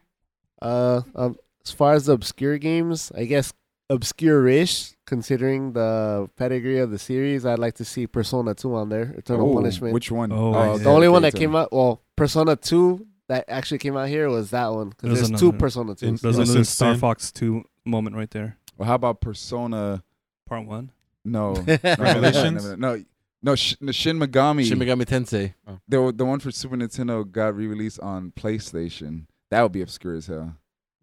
Speaker 8: Uh, um, as far as the obscure games, I guess obscure-ish considering the pedigree of the series. I'd like to see Persona Two on there. Eternal
Speaker 3: Ooh,
Speaker 8: Punishment. Uh,
Speaker 3: Which one?
Speaker 2: Oh, yeah.
Speaker 8: the only one that
Speaker 3: Dayton.
Speaker 8: came out, well, Persona Two that actually came out here was that one because
Speaker 2: There's
Speaker 8: there's, two
Speaker 2: another-
Speaker 8: Persona Two.
Speaker 2: there's another
Speaker 6: Innocent
Speaker 2: Star
Speaker 6: Sin.
Speaker 2: Fox 2 moment right there?
Speaker 3: Well, how about Persona?
Speaker 2: Part 1.
Speaker 3: No. No,
Speaker 6: Revelations?
Speaker 3: No, no, no, no, Sh- no, Shin Megami.
Speaker 5: Shin Megami Tensei.
Speaker 3: the, the one for Super Nintendo got re released on PlayStation. That would be obscure as hell.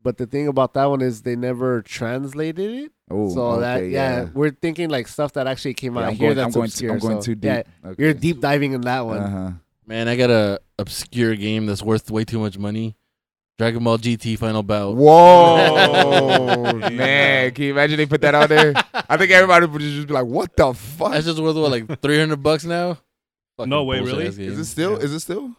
Speaker 8: But the thing about that one is they never translated it,
Speaker 3: Oh,
Speaker 8: so
Speaker 3: okay,
Speaker 8: that yeah, we're thinking like stuff that actually came
Speaker 3: Yeah,
Speaker 8: out
Speaker 3: I'm
Speaker 8: here
Speaker 3: going,
Speaker 8: that's
Speaker 3: I'm going,
Speaker 8: obscure.
Speaker 3: I'm going
Speaker 8: so,
Speaker 3: too deep.
Speaker 8: Yeah,
Speaker 3: Okay.
Speaker 8: you're deep diving in that one.
Speaker 3: Uh-huh.
Speaker 5: Man, I got a obscure game that's worth way too much money. Dragon Ball GT Final Bout.
Speaker 3: Whoa, man! Can you imagine they put that out there? I think everybody would just be like, "What the fuck?"
Speaker 5: That's just worth what, like three hundred bucks now. Fucking
Speaker 2: No way,
Speaker 5: bullshit
Speaker 2: really?
Speaker 5: ass game.
Speaker 3: is it still?
Speaker 2: Yeah.
Speaker 3: Is it still?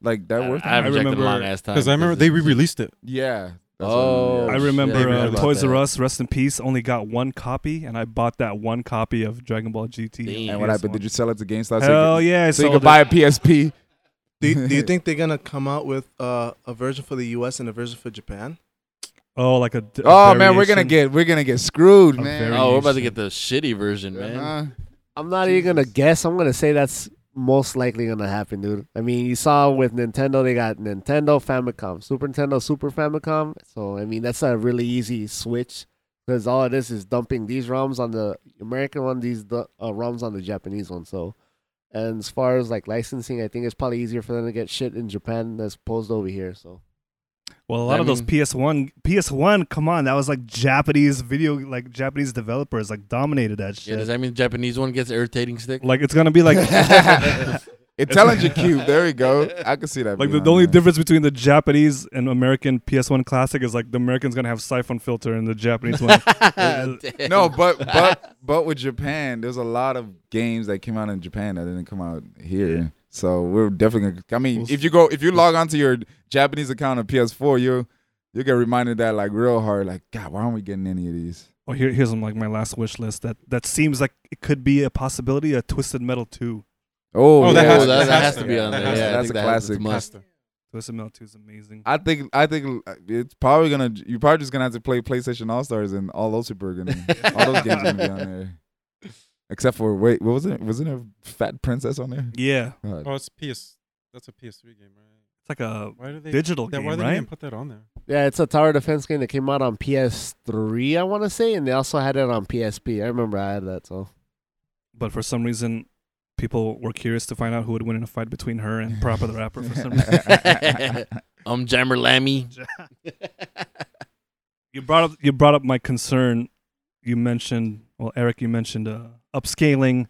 Speaker 3: Like that worth? it?
Speaker 5: I, I rejected
Speaker 2: remember-
Speaker 5: long ass time
Speaker 6: Because I remember they re-released it.
Speaker 3: yeah. That's what-
Speaker 5: Oh,
Speaker 3: yeah.
Speaker 2: I
Speaker 5: shit,
Speaker 2: remember
Speaker 5: I forgot
Speaker 2: uh,
Speaker 5: about
Speaker 2: Toys
Speaker 5: that.
Speaker 2: R Us, rest in peace, only got one copy, and I bought that one copy of Dragon Ball GT.
Speaker 5: Damn.
Speaker 3: And what happened? Did you sell it to GameStop? so you
Speaker 2: Hell
Speaker 3: could-
Speaker 2: yeah! I
Speaker 3: So you
Speaker 2: sold
Speaker 3: could buy a PSP.
Speaker 1: Do you, do you think they're gonna come out with uh, a version for the U.S. and a version for Japan?
Speaker 2: Oh, like a. d- a
Speaker 3: Oh man, we're gonna
Speaker 2: variation.
Speaker 3: get we're gonna get screwed,
Speaker 2: A
Speaker 3: man.
Speaker 2: very-
Speaker 5: Oh, we're about to get the shitty version, Oh, man.
Speaker 3: Uh-huh.
Speaker 9: I'm not even gonna guess. I'm gonna say that's most likely gonna happen, dude. I mean, you saw with Nintendo, they got Nintendo Famicom, Super Nintendo Super Famicom. So I mean, that's a really easy switch because all it is is dumping these ROMs on the American one, these du- uh, ROMs on the Japanese one. So, and as far as like licensing, I think it's probably easier for them to get shit in Japan as opposed to over here. So
Speaker 2: Well, a lot
Speaker 5: I
Speaker 2: of those
Speaker 5: mean-
Speaker 2: PS1, PS1, come on, that was like Japanese video, like Japanese developers, like dominated that
Speaker 5: Yeah,
Speaker 2: shit.
Speaker 5: does that mean the Japanese one gets irritating stick?
Speaker 2: like it's gonna be like,
Speaker 3: Intelligent Cube. There we go. I can see that.
Speaker 2: like the,
Speaker 3: being
Speaker 2: the only
Speaker 3: on there.
Speaker 2: difference between the Japanese and American PS1 classic is like the American's gonna have siphon filter and the Japanese one.
Speaker 5: Damn.
Speaker 3: No, but but but with Japan, there's a lot of games that came out in Japan that didn't come out here. So we're definitely. Gonna, I mean,
Speaker 2: We'll
Speaker 3: if you go if you log onto your Japanese account of PS4, you you get reminded that like real hard. Like God, why aren't we getting any of these?
Speaker 2: oh, here, here's some, like my last wish list that that seems like it could be a possibility. A Twisted Metal two,
Speaker 3: Oh,
Speaker 6: Oh,
Speaker 5: that,
Speaker 3: yeah.
Speaker 5: has, that, has to be on
Speaker 6: that
Speaker 5: there.
Speaker 6: has
Speaker 5: Yeah,
Speaker 3: to-
Speaker 5: I
Speaker 3: that's
Speaker 5: think
Speaker 3: a
Speaker 5: that has-
Speaker 3: classic.
Speaker 5: it's must.
Speaker 2: Twisted Metal two is amazing.
Speaker 3: I think I think uh, it's probably gonna. You're probably just gonna have to play PlayStation All Stars, and all those people are gonna. all those games are gonna be on there. Except for wait, what was it? Wasn't there Fat Princess on there?
Speaker 2: yeah,
Speaker 3: God.
Speaker 6: Oh, it's PS. That's a PS3 game, right?
Speaker 2: it's like a
Speaker 6: Why do they
Speaker 2: digital
Speaker 6: that,
Speaker 2: game,
Speaker 6: Why they
Speaker 2: right?
Speaker 6: didn't put that on there?
Speaker 9: yeah, it's a tower defense game that came out on PS3, I want to say, and they also had it on PSP. I remember I had that. So
Speaker 2: but for some reason, people were curious to find out who would win in a fight between her and Proper the Rapper. For some reason,
Speaker 5: Um, Jammer Lammy.
Speaker 2: you brought up you brought up my concern. You mentioned well, Eric. You mentioned uh, upscaling.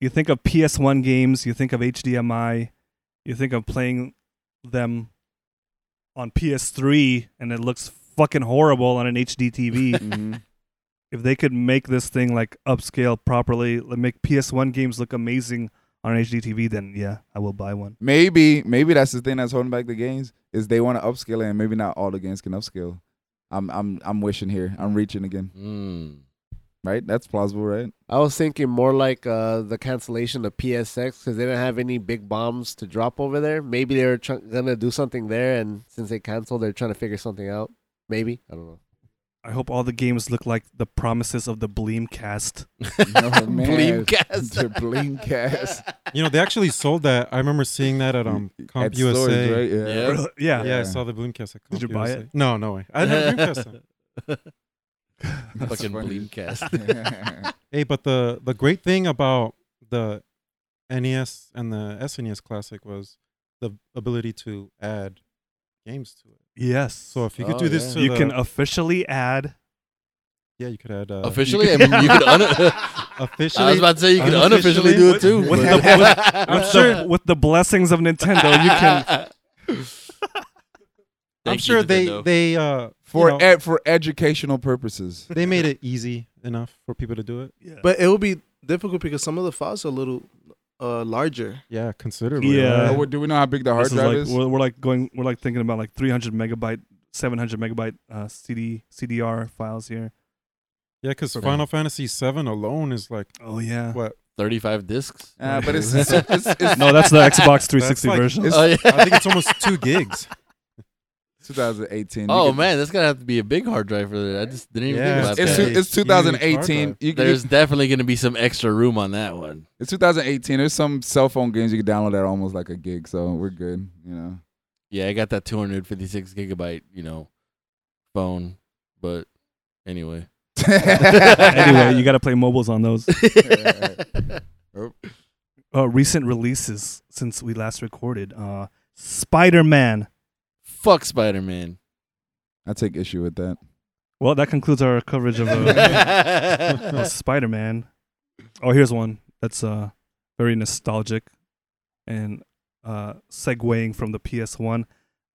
Speaker 2: You think of PS1 games. You think of HDMI. You think of playing them on PS3, and it looks fucking horrible on an HD TV.
Speaker 3: Mhm.
Speaker 2: if they could make this thing like upscale properly, like make PS1 games look amazing on an HD TV, then yeah, I will buy one.
Speaker 3: Maybe maybe that's the thing that's holding back the games is they want to upscale it, and maybe not all the games can upscale. I'm I'm I'm wishing here. I'm reaching again. Hmm.
Speaker 5: Mm.
Speaker 3: Right? That's plausible, right?
Speaker 9: I was thinking more like uh, the cancellation of PSX because they didn't have any big bombs to drop over there. Maybe they were tr- gonna do something there, and since they canceled, they're trying to figure something out. Maybe I don't know.
Speaker 2: I hope all the games look like the promises of the Bleemcast.
Speaker 3: man.
Speaker 5: Bleemcast.
Speaker 3: The Bleemcast.
Speaker 6: You know, they actually sold that. I remember seeing that at um
Speaker 3: At
Speaker 6: Comp
Speaker 3: stores,
Speaker 6: USA.
Speaker 3: right? Yeah.
Speaker 5: Yeah.
Speaker 2: yeah.
Speaker 6: Yeah,
Speaker 3: Yeah.
Speaker 6: I saw the Bloomcast at Comp
Speaker 2: you buy
Speaker 6: USA.
Speaker 2: it?
Speaker 6: No, no way. I didn't have a Bloomcast. then.
Speaker 3: That's
Speaker 5: Fucking
Speaker 3: funny.
Speaker 5: Bleemcast.
Speaker 6: Hey, but the the great thing about the NES and the SNES Classic was the ability to add games to it.
Speaker 2: Yes.
Speaker 6: So if you could
Speaker 5: Oh,
Speaker 6: do this
Speaker 5: yeah.
Speaker 6: to
Speaker 2: you
Speaker 6: the-
Speaker 2: can uh, officially add.
Speaker 6: yeah, you could add uh,
Speaker 5: Officially, I mean, you could un-
Speaker 6: officially.
Speaker 5: I was about to say you could unofficially
Speaker 6: Unofficially?
Speaker 5: do it too.
Speaker 2: With
Speaker 5: but-
Speaker 2: the- I'm sure with the blessings of Nintendo, you can.
Speaker 6: I'm
Speaker 5: Thank
Speaker 6: sure
Speaker 5: you,
Speaker 6: they
Speaker 5: Nintendo.
Speaker 6: they uh
Speaker 3: For
Speaker 6: you know,
Speaker 3: ed- for educational purposes.
Speaker 6: they made it easy enough for people to do it.
Speaker 2: Yeah.
Speaker 1: But it will be difficult because some of the files are a little uh, larger.
Speaker 6: Yeah, considerably.
Speaker 2: Yeah.
Speaker 3: Oh,
Speaker 6: right?
Speaker 3: what- do we know how big the hard
Speaker 2: Uh, This is
Speaker 3: drive
Speaker 2: like,
Speaker 3: is?
Speaker 2: We're, we're like going. We're like thinking about like 300 megabyte, 700 megabyte uh, CD CDR files here.
Speaker 6: Yeah, because
Speaker 5: Okay.
Speaker 6: Final Fantasy VII alone is like
Speaker 2: Oh yeah.
Speaker 6: what?
Speaker 5: 35 discs.
Speaker 3: Uh, but it's, it's, it's, it's
Speaker 2: No, that's the Xbox 360
Speaker 6: like-
Speaker 2: version.
Speaker 3: It's-
Speaker 5: oh, yeah.
Speaker 6: I think it's almost two gigs.
Speaker 3: 2018. You
Speaker 5: Oh
Speaker 3: could-
Speaker 5: man, that's gonna have to be a big hard drive for that. I just didn't even
Speaker 6: Yeah.
Speaker 5: think about
Speaker 3: It's,
Speaker 5: that.
Speaker 3: it's, it's
Speaker 6: Huge hard
Speaker 3: 2018.
Speaker 6: drive.
Speaker 3: You could,
Speaker 5: There's definitely gonna be some extra room on that one.
Speaker 3: it's 2018. There's some cell phone games you can download that are almost like a gig, so we're good. You know,
Speaker 5: Yeah, I got that 256 gigabyte, you know, phone. But anyway,
Speaker 2: anyway, you got to play mobiles on those.
Speaker 3: Oh.
Speaker 2: Uh, recent releases since we last recorded. Uh, Spider Man.
Speaker 5: fuck Spider Man.
Speaker 3: I take issue with that.
Speaker 2: Well, that concludes our coverage of uh, Spider Man. Oh, here's one that's uh, very nostalgic and uh, segueing from the PS1.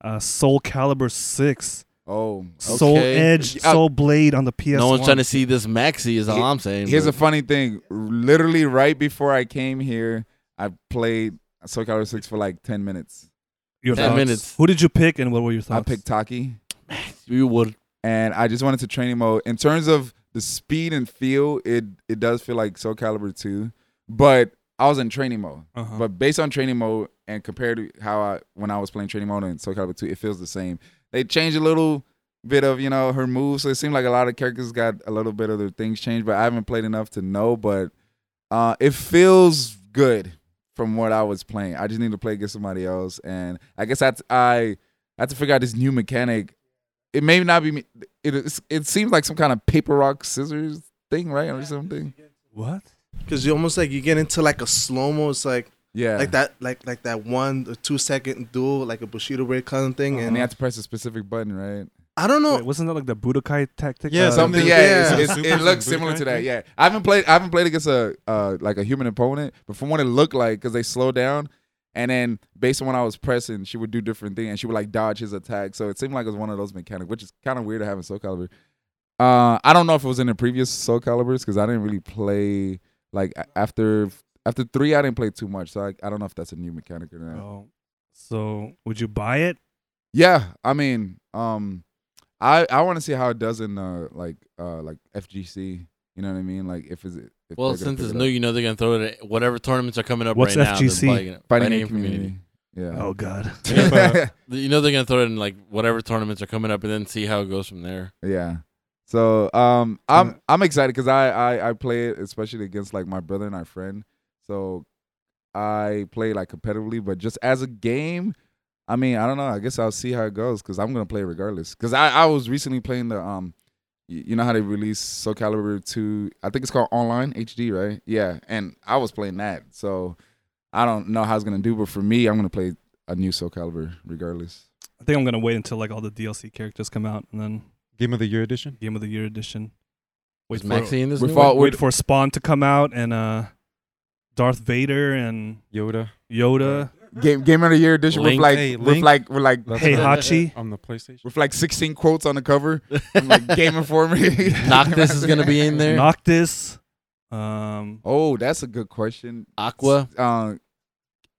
Speaker 2: Uh, Soul Calibur 6,
Speaker 3: Oh,
Speaker 2: Soul
Speaker 5: Okay.
Speaker 2: Edge,
Speaker 3: Yeah.
Speaker 2: Soul Blade on the PS1.
Speaker 5: no one's trying to see this maxi, is all I'm saying.
Speaker 3: here's a
Speaker 5: but-
Speaker 3: funny thing. Literally, right before I came here, I played Soul Calibur Six for like 10 minutes.
Speaker 2: your
Speaker 5: 10
Speaker 2: thoughts.
Speaker 5: minutes.
Speaker 2: Who did you pick and what were your thoughts?
Speaker 3: I picked Taki,
Speaker 5: you would.
Speaker 3: and I just wanted to training mode. In terms of the speed and feel, it it does feel like Soul Calibur Two, but I was in training mode.
Speaker 2: Uh-huh.
Speaker 3: But based on training mode and compared to how I when I was playing training mode in Soul Calibur 2, it feels the same. They changed a little bit of, you know, her moves. So it seemed like a lot of characters got a little bit of their things changed, but I haven't played enough to know. But uh it feels good from what I was playing. I just need to play against somebody else. And I guess that's I I have to figure out this new mechanic. It may not be me- it is- it seems like some kind of paper rock scissors thing, right? Or something.
Speaker 2: what?
Speaker 1: Because you almost like you get into like a slow mo. It's like
Speaker 3: Yeah.
Speaker 1: like that like like that one or two second duel like a Bushido break kind of thing.
Speaker 3: And
Speaker 1: And
Speaker 3: you have to press a specific button, right?
Speaker 1: I don't know.
Speaker 2: Wait, wasn't that like the Budokai tactic?
Speaker 6: Yeah,
Speaker 2: Uh,
Speaker 6: something-
Speaker 3: Something,
Speaker 6: Something-
Speaker 3: yeah,
Speaker 1: yeah.
Speaker 3: It's, it's, it
Speaker 6: Super
Speaker 3: looks
Speaker 6: Super
Speaker 3: similar to
Speaker 6: Guy
Speaker 3: that.
Speaker 6: thing?
Speaker 3: Yeah, I haven't played. I haven't played against a uh, like a human opponent, but from what it looked like, because they slowed down, and then based on when I was pressing, she would do different things, and she would like dodge his attack. So it seemed like it was one of those mechanics, which is kind of weird to have in Soul Calibur. Uh, I don't know if it was in the previous Soul Calibers because I didn't really play like a- after after three. I didn't play too much, so I, I don't know if that's a new mechanic or not.
Speaker 2: Oh. So would you buy it?
Speaker 3: Yeah, I mean, um, I I want to see how it does in uh like uh like FGC. You know what I mean? Like if is it if
Speaker 5: Well,
Speaker 3: they're gonna
Speaker 5: since it's
Speaker 3: pick it
Speaker 5: new,
Speaker 3: up.
Speaker 5: you know they're gonna throw it. At whatever tournaments are coming up
Speaker 2: What's
Speaker 5: right now. they're
Speaker 2: FGC?
Speaker 5: probably gonna-
Speaker 3: fighting
Speaker 5: Fighting
Speaker 3: game community. Yeah.
Speaker 2: Oh God.
Speaker 3: Yeah.
Speaker 5: You know they're gonna throw it in like whatever tournaments are coming up, and then see how it goes from there.
Speaker 3: yeah. So um, I'm I'm excited because I, I I play it especially against like my brother and our friend. So I play like competitively, but just as a game, I mean, I don't know. I guess I'll see how it goes because I'm gonna play regardless. Because I I was recently playing the um, y- you know how they release Soul Calibur two? I think it's called Online HD, right? Yeah, and I was playing that, so I don't know how it's gonna do, but for me, I'm gonna play a new Soul Calibur regardless.
Speaker 2: I think I'm gonna wait until like all the DLC characters come out and then
Speaker 6: Game of the Year edition.
Speaker 2: Game of the Year edition.
Speaker 5: Was
Speaker 2: Wait for
Speaker 5: Maxie in this?
Speaker 3: we
Speaker 5: new
Speaker 3: fought
Speaker 5: one?
Speaker 2: wait for Spawn to come out and uh, Darth Vader and
Speaker 6: Yoda.
Speaker 2: Yoda.
Speaker 3: Game Game of the Year edition with
Speaker 5: Link.
Speaker 3: like
Speaker 6: Hey,
Speaker 3: with
Speaker 6: Link.
Speaker 3: like with like
Speaker 6: That's
Speaker 2: Hey
Speaker 6: right.
Speaker 2: Hachi.
Speaker 6: on the PlayStation.
Speaker 3: with like 16 quotes on the cover from like Game Informer.
Speaker 5: Noctis is gonna be in there.
Speaker 2: Noctis. Um,
Speaker 3: Oh, that's a good question.
Speaker 5: Aqua.
Speaker 3: Uh,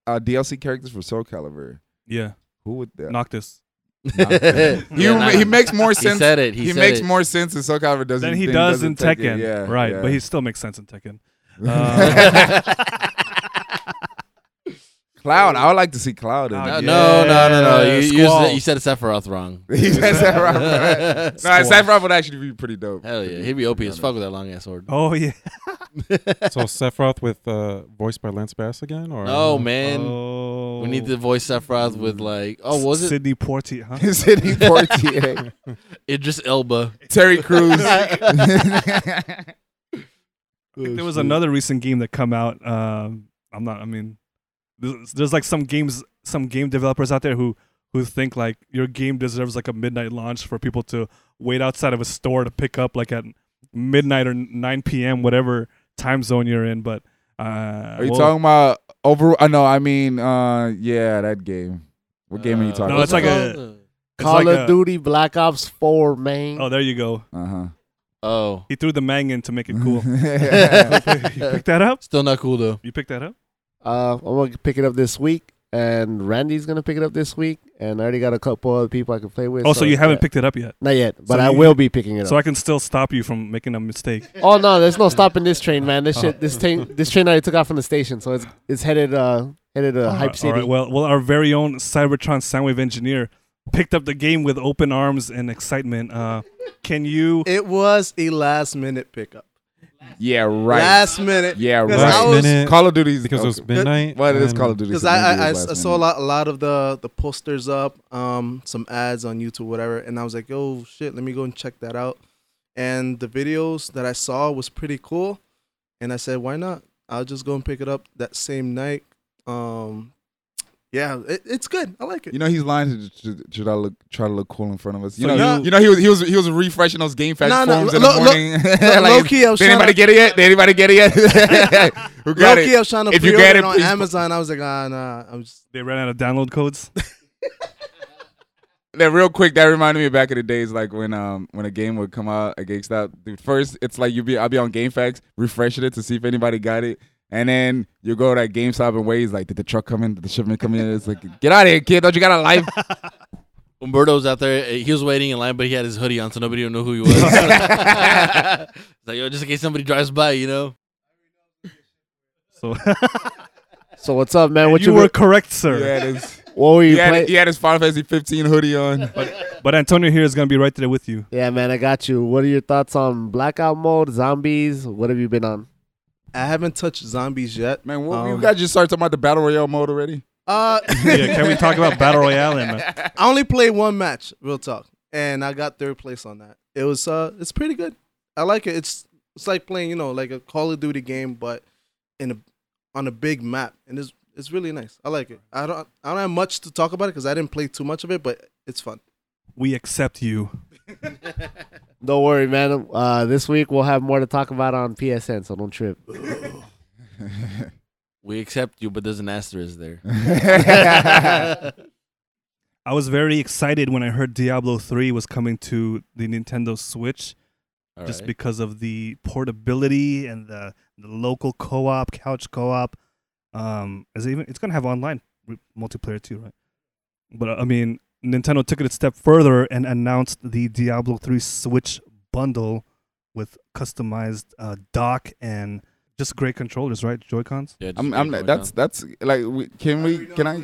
Speaker 3: uh, DLC characters for Soul Calibur.
Speaker 2: yeah,
Speaker 3: Who would that?
Speaker 2: Noctis.
Speaker 5: Yeah,
Speaker 3: You-
Speaker 5: Noctis.
Speaker 3: he makes more
Speaker 5: He
Speaker 3: sense.
Speaker 5: said it. He,
Speaker 3: He,
Speaker 5: said
Speaker 3: makes
Speaker 5: it.
Speaker 3: more sense in Soul Calibur does
Speaker 2: Then he does in Tekken, right? But he still makes sense in Tekken. Uh,
Speaker 3: Cloud. I would like to see Cloud. In
Speaker 2: Oh,
Speaker 3: it.
Speaker 5: No,
Speaker 2: yeah.
Speaker 5: Uh, no, no, no, no. You, you,
Speaker 2: Squall.
Speaker 5: said, you said Sephiroth wrong.
Speaker 3: He said Sephiroth. No, Sephiroth would actually be pretty dope.
Speaker 5: Hell yeah, he'd be OP as fuck with that long ass sword.
Speaker 2: Oh yeah.
Speaker 6: so Sephiroth with uh, voiced by Lance Bass again, or
Speaker 5: No man,
Speaker 2: oh.
Speaker 5: we need to voice Sephiroth with like, oh, what was it
Speaker 2: Sydney Portier? Huh?
Speaker 3: City Portier,
Speaker 5: Idris Elba?
Speaker 3: Terry Crews.
Speaker 2: there
Speaker 5: Oh,
Speaker 2: was another recent game that come out. Um, I'm not. I mean, there's, there's like some games, some game developers out there who who think like your game deserves like a midnight launch for people to wait outside of a store to pick up like at midnight or 9 p.m. whatever time zone you're in. But uh,
Speaker 3: Are you talking about over? I know. I mean, uh, yeah, that game. What game are you
Speaker 5: Uh,
Speaker 3: talking?
Speaker 2: No, it's like
Speaker 5: what's it
Speaker 3: about?
Speaker 2: a-
Speaker 5: called?
Speaker 9: Call
Speaker 2: like
Speaker 9: of
Speaker 2: a-
Speaker 9: Duty Black Ops 4, man.
Speaker 2: Oh, there you go.
Speaker 3: a. Uh huh.
Speaker 5: Oh,
Speaker 2: He threw the mang in to make it cool. you picked that up.
Speaker 5: still not cool though.
Speaker 2: You picked that up.
Speaker 9: Uh, I'm gonna pick it up this week, and Randy's gonna pick it up this week, and I already got a couple other people I can play with.
Speaker 2: Oh, so you
Speaker 9: it's-
Speaker 2: haven't
Speaker 9: yeah.
Speaker 2: picked it up yet.
Speaker 9: Not yet, but
Speaker 2: so
Speaker 9: I
Speaker 2: you-
Speaker 9: will be picking it up.
Speaker 2: So I can still stop you from making a mistake.
Speaker 9: oh no, there's no stopping this train, man. This
Speaker 2: Oh.
Speaker 9: shit, this train, this train already took off from the station, so it's it's headed uh headed to
Speaker 2: All
Speaker 9: hype
Speaker 2: right,
Speaker 9: city.
Speaker 2: all right, well, well, our very own Cybertron Soundwave engineer picked up the game with open arms and excitement. Uh, can you?
Speaker 1: it was a last minute pickup.
Speaker 3: yeah, right.
Speaker 1: Last minute.
Speaker 3: Yeah,
Speaker 1: Because
Speaker 3: right.
Speaker 1: I
Speaker 6: last
Speaker 1: was-
Speaker 6: minute
Speaker 3: Call of Duty
Speaker 6: because it was midnight.
Speaker 3: Well, it is
Speaker 6: and
Speaker 3: Call of Duty.
Speaker 1: Because
Speaker 3: so maybe
Speaker 1: I,
Speaker 3: it
Speaker 1: I, I, I
Speaker 3: was last
Speaker 1: saw a
Speaker 3: minute.
Speaker 1: lot, a lot of the, the posters up, um, some ads on YouTube, whatever, and I was like, oh shit, let me go and check that out. And the videos that I saw was pretty cool, and I said, why not? I'll just go and pick it up that same night. Um, yeah, it, it's good. I like it.
Speaker 3: You know he's lying to, to, to try, to look, try to look cool in front of us. You
Speaker 2: So
Speaker 3: know,
Speaker 2: you-
Speaker 3: you, know he was he was he was refreshing those game facts
Speaker 1: No, no,
Speaker 3: forms in
Speaker 1: look-
Speaker 3: the
Speaker 1: look-
Speaker 3: morning.
Speaker 1: low,
Speaker 3: Like,
Speaker 1: key, I was
Speaker 3: did
Speaker 1: trying
Speaker 3: anybody
Speaker 1: to,
Speaker 3: get it yet? Did anybody get it yet? Who got
Speaker 1: low key,
Speaker 3: it?
Speaker 1: I was trying to
Speaker 3: If you
Speaker 1: pre-order
Speaker 3: got it,
Speaker 1: it on
Speaker 3: please-
Speaker 1: Amazon. I was like, ah, nah, I'm just
Speaker 2: They ran out of download codes.
Speaker 3: That real quick, that reminded me of back in the days, like when um when a game would come out at GameStop. Dude, first it's like you be I'll be on GameFAQs refreshing it to see if anybody got it, and then you go to that GameStop and wait. It's like, did the truck come in? Did the shipment come in? It's like, get out of here, kid! Don't you got a life?
Speaker 5: Umberto's out there. uh, He was waiting in line, but he had his hoodie on, so nobody would know who he was. It's like, yo, just in case somebody drives by, you know.
Speaker 2: So
Speaker 8: So what's up, man? What
Speaker 2: you
Speaker 8: you,
Speaker 2: were correct, sir.
Speaker 3: He had his,
Speaker 8: what were
Speaker 3: he
Speaker 8: you
Speaker 3: had,
Speaker 8: playing?
Speaker 3: he had his Final Fantasy 15 hoodie on.
Speaker 2: But Antonio here is gonna be right there with you.
Speaker 8: Yeah, man, I got you. What are your thoughts on blackout mode, zombies? What have you been on?
Speaker 1: I haven't touched zombies yet.
Speaker 3: Man, what, you
Speaker 1: Um,
Speaker 3: guys just started talking about the battle royale mode already.
Speaker 1: Uh,
Speaker 2: Yeah, can we talk about battle royale? And, uh,
Speaker 1: I only played one match, real talk, and I got third place on that. It was uh, it's pretty good. I like it. It's it's like playing, you know, like a Call of Duty game, but in a on a big map, and it's it's really nice. I like it. I don't I don't have much to talk about it because I didn't play too much of it, but it's fun.
Speaker 2: we accept you.
Speaker 8: Don't worry, man. Uh, this week we'll have more to talk about on PSN, so don't trip.
Speaker 5: We accept you, but there's an asterisk there.
Speaker 2: I was very excited when I heard Diablo 3 was coming to the Nintendo Switch
Speaker 5: All
Speaker 2: just
Speaker 5: right.
Speaker 2: because of the portability and the, the local co-op, couch co-op. Um, is it even it's gonna have online re- multiplayer too, right? But uh, I mean, Nintendo took it a step further and announced the Diablo 3 Switch bundle with customized uh, dock and just great controllers, right? Joy Cons.
Speaker 5: yeah, just
Speaker 3: I'm,
Speaker 5: keep
Speaker 3: I'm,
Speaker 5: going
Speaker 3: that's
Speaker 5: down.
Speaker 3: that's like we, can we can I?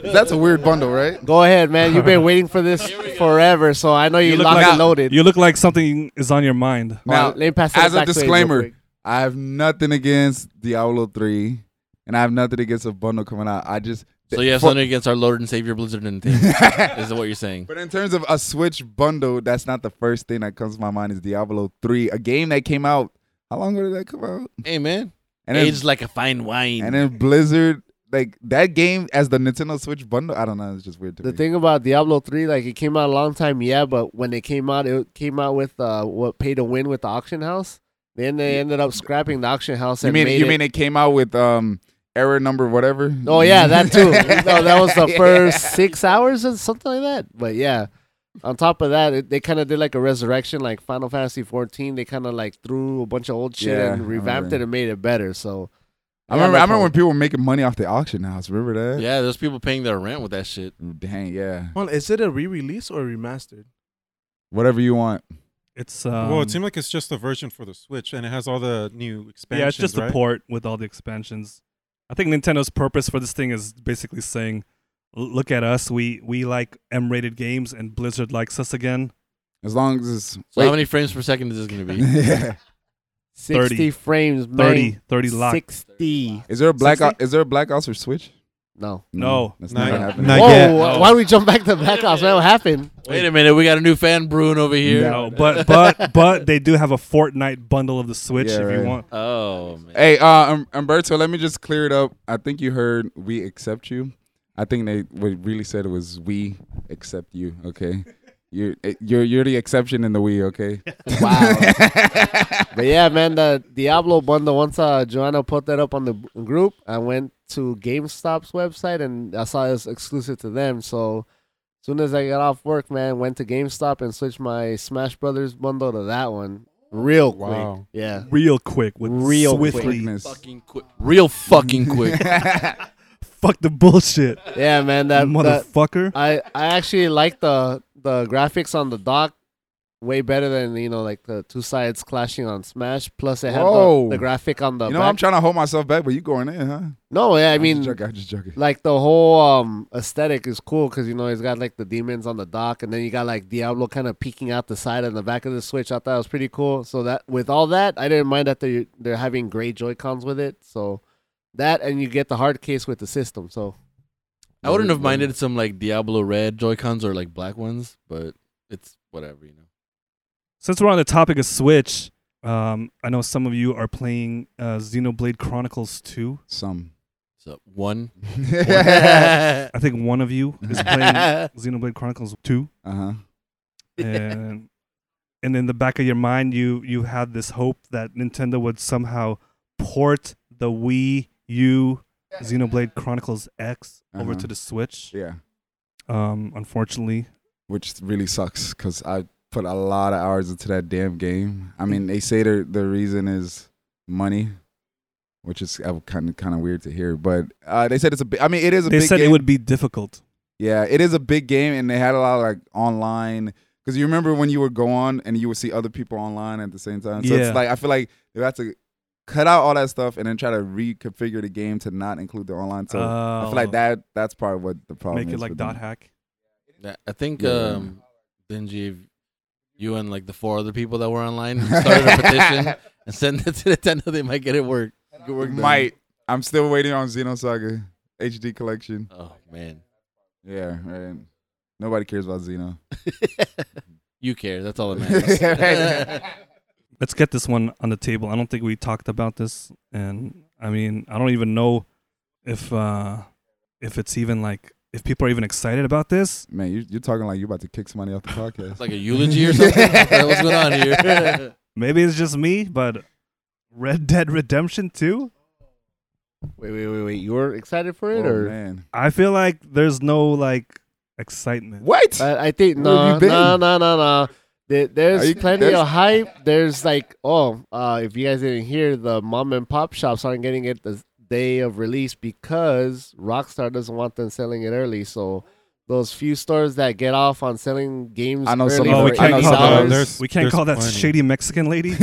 Speaker 3: That's a weird bundle, right?
Speaker 8: Go ahead, man. You've been waiting for this forever, so I know you,
Speaker 2: look
Speaker 8: locked
Speaker 2: like-
Speaker 8: and loaded.
Speaker 2: You look like something is on your mind.
Speaker 3: Now,
Speaker 8: let me pass it
Speaker 3: as a
Speaker 8: back to Abe real
Speaker 3: disclaimer,
Speaker 8: quick.
Speaker 3: I have nothing against Diablo three, and I have nothing against a bundle coming out. I just
Speaker 5: so you have
Speaker 3: for-
Speaker 5: something against our Lord and Savior Blizzard and Nintendo. is what you're saying?
Speaker 3: But in terms of a Switch bundle, that's not the first thing that comes to my mind. Is Diablo three, a game that came out how long ago did that come out?
Speaker 5: Hey man,
Speaker 3: And then,
Speaker 5: aged like a fine wine.
Speaker 3: and then Blizzard, like that game as the Nintendo Switch bundle. I don't know. It's just weird to
Speaker 8: The
Speaker 3: me.
Speaker 8: thing about Diablo 3, like it came out a long time, yeah, but when it came out, it came out with uh, what pay to win with the auction house. Then they ended up scrapping the auction house.
Speaker 3: you
Speaker 8: And
Speaker 3: mean
Speaker 8: made
Speaker 3: you
Speaker 8: it-
Speaker 3: mean it came out with um error number whatever?
Speaker 8: Oh yeah, that too. no, that was the first six hours or something like that. But yeah, on top of that, it, they kind of did like a resurrection, like Final Fantasy 14. They kind of like threw a bunch of old shit
Speaker 3: Yeah, I
Speaker 8: and revamped
Speaker 3: remember.
Speaker 8: it and made it better. So
Speaker 3: I remember. I remember
Speaker 8: Yeah, no
Speaker 3: when
Speaker 8: problem.
Speaker 3: people were making money off the auction house. Remember that?
Speaker 5: yeah, there's people paying their rent with that shit.
Speaker 3: Dang. Yeah.
Speaker 1: Well, is it a re-release or remastered?
Speaker 3: Whatever you want.
Speaker 2: It's um,
Speaker 6: well, it seemed like it's just a version for the Switch, and it has all the new expansions.
Speaker 2: Yeah, it's just
Speaker 6: right?
Speaker 2: a port with all the expansions. I think Nintendo's purpose for this thing is basically saying, "L- "Look at us. We we like M-rated games, and Blizzard likes us again."
Speaker 3: As long as it's
Speaker 5: So
Speaker 3: wait.
Speaker 5: how many frames per second is this gonna be?
Speaker 3: yeah.
Speaker 8: 60
Speaker 2: 30.
Speaker 8: frames, man.
Speaker 2: 30, 30 lock.
Speaker 8: 60.
Speaker 3: Is there a black?
Speaker 8: 60?
Speaker 3: Is there a black ops for Switch? Mm,
Speaker 8: No.
Speaker 2: No.
Speaker 3: that's
Speaker 6: Not
Speaker 3: not
Speaker 6: yet.
Speaker 3: happening.
Speaker 6: Not
Speaker 8: Whoa,
Speaker 6: yet.
Speaker 8: wh- why do we jump back to Black Ops? Man, what happened?
Speaker 5: Wait a minute, we got a new fan brewing over here.
Speaker 2: No, but but but they do have a Fortnite bundle of the Switch
Speaker 3: Yeah,
Speaker 2: if you
Speaker 3: right.
Speaker 2: want.
Speaker 5: Oh man.
Speaker 3: Hey, uh, um, Umberto, let me just clear it up. I think you heard "we accept you." I think they what it really said was "we accept you." Okay, you're eh, you're you're the exception in the we. Okay,
Speaker 8: Wow. but yeah, man, the Diablo bundle. Once uh, Joanna put that up on the b- group, I went to GameStop's website and I saw it was exclusive to them. So as soon as I got off work, man, went to GameStop and switched my Smash Brothers bundle to that one real quick.
Speaker 6: Wow.
Speaker 8: Yeah.
Speaker 2: Real quick with
Speaker 8: Real quick.
Speaker 2: swiftly.
Speaker 3: Quickness.
Speaker 5: Fucking quick. Real fucking quick.
Speaker 2: Fuck the bullshit,
Speaker 8: Yeah, man. That, that
Speaker 2: motherfucker.
Speaker 8: I I actually like the the graphics on the dock way better than you know like the two sides clashing on Smash. Plus, it had the,
Speaker 3: Whoa.
Speaker 8: the graphic on the
Speaker 3: You know,
Speaker 8: back.
Speaker 3: I'm trying to hold myself back, but you going in, huh?
Speaker 8: no, yeah, I
Speaker 3: I'm
Speaker 8: mean
Speaker 3: just joking, I'm just joking.
Speaker 8: like the whole um aesthetic is cool because you know he's got like the demons on the dock and then you got like diablo kind of peeking out the side and the back of the switch i thought it was pretty cool so that with all that i didn't mind that they're, they're having gray joy cons with it so that and you get the hard case with the system so
Speaker 5: I wouldn't have minded some like Diablo red Joy Cons or like black ones, but it's whatever, you know.
Speaker 2: Since we're on the topic of Switch, um, I know some of you are playing uh, Xenoblade Chronicles 2.
Speaker 3: Some.
Speaker 5: So one.
Speaker 3: uh
Speaker 2: I think one of you is playing Xenoblade Chronicles 2.
Speaker 3: huh.
Speaker 2: and and in the back of your mind you you had this hope that Nintendo would somehow port the Wii U Xenoblade Chronicles X over
Speaker 3: Uh-huh.
Speaker 2: to the Switch.
Speaker 3: Yeah,
Speaker 2: Um unfortunately,
Speaker 3: which really sucks because I put a lot of hours into that damn game. I mean, they say the the reason is money, which is kind of kind of weird to hear, but uh, they said it's a. Bi- I mean, it is a.
Speaker 2: they
Speaker 3: big
Speaker 2: said
Speaker 3: game.
Speaker 2: it would be difficult.
Speaker 3: Yeah, it is a big game, and they had a lot of like online. Because you remember when you would go on and you would see other people online at the same time. So
Speaker 2: Yeah.
Speaker 3: it's like I feel like that's a cut out all that stuff and then try to reconfigure the game to not include the online. So I feel like
Speaker 2: Oh.
Speaker 3: that that's part of what the problem
Speaker 2: Make
Speaker 3: is.
Speaker 2: it like
Speaker 3: with them.
Speaker 2: dot hack.
Speaker 5: Yeah, I think
Speaker 3: Yeah.
Speaker 5: um, Benji, you and like the four other people that were online started a petition and sent it to Nintendo. They might get it work. get work done.
Speaker 3: Might. I'm still waiting on Xenosaga HD collection.
Speaker 5: Oh man,
Speaker 3: Yeah, right. Nobody cares about Xeno.
Speaker 5: you care. That's all that matters.
Speaker 2: Let's get this one on the table. I don't think we talked about this, and I mean, I don't even know if uh if it's even like if people are even excited about this.
Speaker 3: Man, you, you're talking like you're about to kick somebody off the podcast.
Speaker 5: it's like a eulogy or something. What's going on here?
Speaker 2: Maybe it's just me, but Red Dead Redemption 2?
Speaker 8: Wait, wait, wait, wait. You were excited for
Speaker 3: oh,
Speaker 8: it, or
Speaker 3: man.
Speaker 2: I feel like there's no like excitement.
Speaker 3: What?
Speaker 8: I, I think
Speaker 3: Where have
Speaker 8: no,
Speaker 3: you been?
Speaker 8: no, no, no, no. There-
Speaker 3: Are
Speaker 8: There's
Speaker 3: you-
Speaker 8: plenty
Speaker 3: there's-
Speaker 8: of hype. There's like, oh, uh, if you guys didn't hear, the mom and pop shops aren't getting it the day of release because Rockstar doesn't want them selling it early. So those few stores that get off on selling games,
Speaker 3: I know
Speaker 8: early
Speaker 3: some
Speaker 8: for
Speaker 2: Oh, we
Speaker 3: I
Speaker 2: can't
Speaker 3: know
Speaker 8: $80
Speaker 2: call
Speaker 3: some-
Speaker 2: that,
Speaker 6: There's-
Speaker 2: we can't
Speaker 6: there's
Speaker 2: call that
Speaker 6: plenty.
Speaker 2: shady Mexican lady.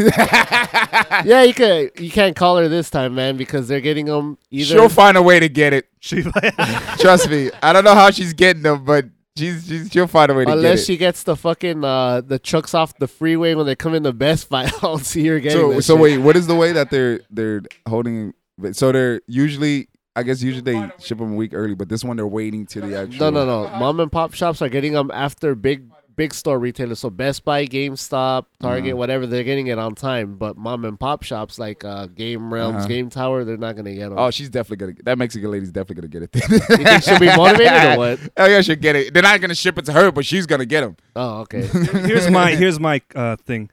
Speaker 8: yeah, you can you can't call her this time, man, because they're getting them either.
Speaker 3: She'll find a way to get it.
Speaker 2: she
Speaker 3: Trust me. I don't know how she's getting them, but she's, she's she'll find a way to
Speaker 8: Unless
Speaker 3: get
Speaker 8: she gets the fucking uh, the trucks off the freeway when they come in the Best Buy, I don't see her
Speaker 3: it.
Speaker 8: getting.
Speaker 3: So
Speaker 8: that
Speaker 3: so
Speaker 8: shit.
Speaker 3: wait, what is the way that they're they're holding? So they're usually, I guess usually they ship them a week early, but this one they're waiting to the actual.
Speaker 8: No, no, no. Mom and pop shops are getting them after big big store retailers. So Best Buy, GameStop, Target,
Speaker 3: Mhm.
Speaker 8: whatever, they're getting it on time. But mom and pop shops like uh, Game Realms,
Speaker 3: Uh-huh.
Speaker 8: Game Tower, they're not gonna get them.
Speaker 3: Oh, she's definitely gonna. That Mexican lady's definitely gonna get it. you
Speaker 8: think she'll be motivated or what?
Speaker 3: Oh yeah, she'll get it. They're not gonna ship it to her, but she's gonna get them.
Speaker 8: oh okay.
Speaker 2: here's my here's my uh thing.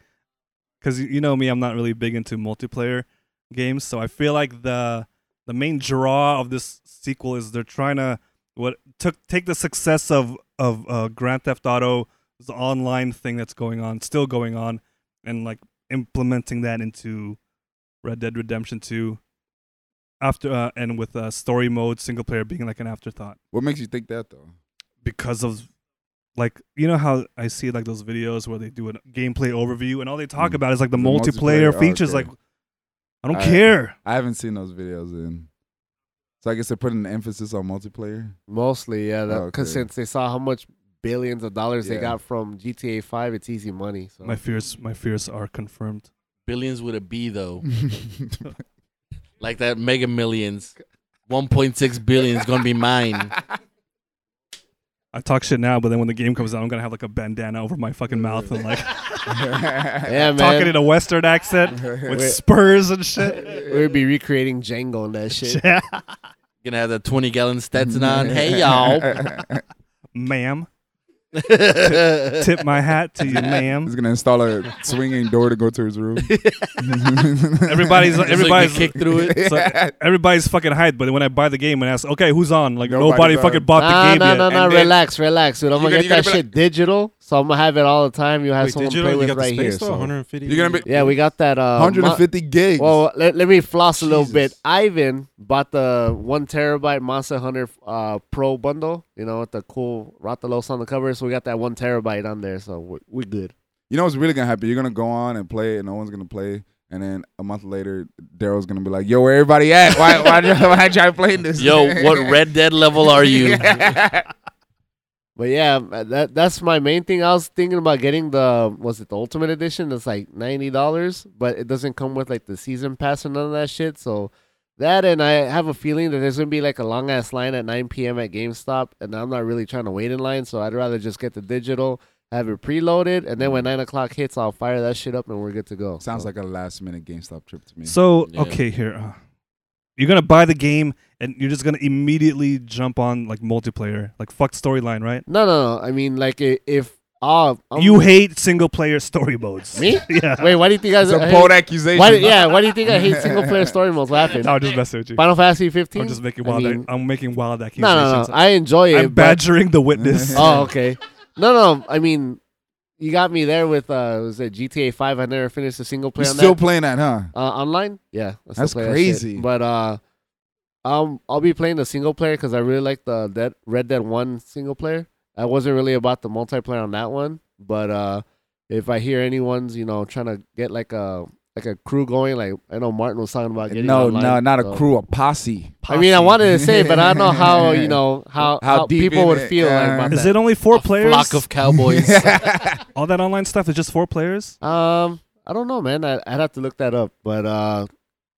Speaker 2: Cuz you know me, I'm not really big into multiplayer games, so I feel like the the main draw of this sequel is they're trying to what took take the success of of uh Grand Theft Auto the online thing that's going on, still going on and like implementing that into Red Dead Redemption 2 after uh, and with uh, story mode single player being like an afterthought
Speaker 3: What makes you think that though?
Speaker 2: because of like you know how I see like those videos where they do a gameplay overview and all they talk
Speaker 3: Mm.
Speaker 2: about is like the,
Speaker 3: The
Speaker 2: multiplayer,
Speaker 3: multiplayer, oh,
Speaker 2: features.
Speaker 3: okay.
Speaker 2: Like, I don't
Speaker 3: I-
Speaker 2: care.
Speaker 3: I haven't seen those videos in. So I guess they're putting an emphasis on multiplayer.
Speaker 8: Mostly, yeah. Because
Speaker 3: Okay.
Speaker 8: since they saw how much billions of dollars
Speaker 3: Yeah.
Speaker 8: they got from GTA Five, it's easy money. So
Speaker 2: My fears, my fears are confirmed.
Speaker 5: Billions would it be though? Like that Mega Millions, 1.6 billion is gonna be mine.
Speaker 2: I talk shit now, but then when the game comes out, I'm gonna have like a bandana over my fucking mouth and like
Speaker 8: yeah,
Speaker 2: talking in
Speaker 8: man.
Speaker 2: a Western accent with
Speaker 8: Wait.
Speaker 2: spurs and shit.
Speaker 8: We'd be recreating Django and that shit.
Speaker 2: Yeah.
Speaker 5: Gonna have that 20 gallon Stetson on. Hey y'all.
Speaker 2: ma'am, tip my hat to you, ma'am.
Speaker 3: He's gonna install a swinging door to go to his room.
Speaker 2: Everybody's
Speaker 5: Just
Speaker 2: everybody's
Speaker 5: so you can kick through it.
Speaker 2: so everybody's fucking hyped, but then when I buy the game and ask, okay, who's on? Like
Speaker 3: Nobody's
Speaker 2: nobody
Speaker 3: on.
Speaker 2: fucking bought the
Speaker 8: Nah,
Speaker 2: game
Speaker 8: nah,
Speaker 2: yet.
Speaker 8: nah, nah.
Speaker 3: And then-
Speaker 8: Relax, relax, dude. I'm
Speaker 3: You're
Speaker 8: gonna
Speaker 3: gonna-
Speaker 8: get
Speaker 3: you're
Speaker 8: that
Speaker 3: gonna be
Speaker 8: shit digital, so I'm gonna have it all the time. You'll have
Speaker 6: Wait,
Speaker 8: someone
Speaker 6: digital?
Speaker 8: play
Speaker 6: You
Speaker 8: with
Speaker 6: got
Speaker 8: it
Speaker 6: the
Speaker 8: right here.
Speaker 6: space though?
Speaker 8: so-
Speaker 6: 150.
Speaker 3: You're gonna be
Speaker 8: Yeah, we got that. Uh,
Speaker 3: 150 gigs.
Speaker 8: Well, let, let me floss a little bit.
Speaker 3: Jesus.
Speaker 8: Ivan bought the one terabyte Monster Hunter uh, Pro bundle. You know, with the cool Rathalos on the cover. So we got that one terabyte on there. So we're, we good.
Speaker 3: you know what's really gonna happen? You're gonna go on and play, and no one's gonna play. And then a month later, Daryl's gonna be like, "Yo, where everybody at? Why, why, why y'all playing this?
Speaker 5: Yo, what Red Dead level are you?
Speaker 8: But yeah, uh, that that's my main thing. I was thinking about getting the was it the Ultimate Edition? That's like ninety dollars, but it doesn't come with like the season pass or none of that shit. So that and I have a feeling that there's gonna be like a long ass line at nine p.m. at GameStop, and I'm not really trying to wait in line. So I'd rather just get the digital, have it preloaded, and
Speaker 2: Mm.
Speaker 8: then when nine o'clock hits, I'll fire that shit up and we're good to go.
Speaker 3: Sounds
Speaker 8: So-
Speaker 3: like a last minute GameStop trip to me.
Speaker 2: So
Speaker 5: Yeah.
Speaker 2: okay, here uh, you're gonna buy the game and you're just gonna immediately jump on like multiplayer, like fuck storyline, right?
Speaker 8: no, no, no. I mean, like i- if uh, I'm-
Speaker 2: you hate single player story modes.
Speaker 8: me?
Speaker 2: yeah.
Speaker 8: Wait, why do you think I?
Speaker 3: it's a
Speaker 8: I-
Speaker 3: bold accusation.
Speaker 8: uh, why, yeah, why do you think I hate single player story modes? What happened?
Speaker 2: No, I'm just messing with you.
Speaker 8: Final Fantasy 15.
Speaker 2: I'm just making wild.
Speaker 8: I mean,
Speaker 2: I'm making wild
Speaker 8: no, no,
Speaker 2: accusations.
Speaker 8: no. I enjoy it.
Speaker 2: am badgering the witness.
Speaker 8: But, oh, okay. No, no. I mean, you got me there with uh, was it GTA 5? I never finished a single
Speaker 3: You're
Speaker 8: player on
Speaker 3: still
Speaker 8: that.
Speaker 3: playing that, huh?
Speaker 8: uh, online. Yeah, I still
Speaker 3: That's
Speaker 8: play that shit.
Speaker 3: crazy.
Speaker 8: But uh, um, I'll be playing the single player because I really like the Dead, Red Dead One single player. I wasn't really about the multiplayer on that one, but uh, if I hear anyone's you know trying to get like a like a crew going. Like I know Martin was talking about getting
Speaker 3: no,
Speaker 8: online,
Speaker 3: no, not
Speaker 8: so-
Speaker 3: a crew, a posse.
Speaker 8: I mean, I wanted to say, but I don't know how you know how
Speaker 3: How
Speaker 8: how,
Speaker 3: deep
Speaker 8: people
Speaker 3: in
Speaker 8: would
Speaker 3: it,
Speaker 8: feel like
Speaker 3: uh,
Speaker 8: about
Speaker 2: Is
Speaker 8: that.
Speaker 2: it only four
Speaker 5: A
Speaker 2: players?
Speaker 5: flock of cowboys.
Speaker 2: All that online stuff is just four players.
Speaker 8: Um, I don't know, man. I, I'd have to look that up, but uh,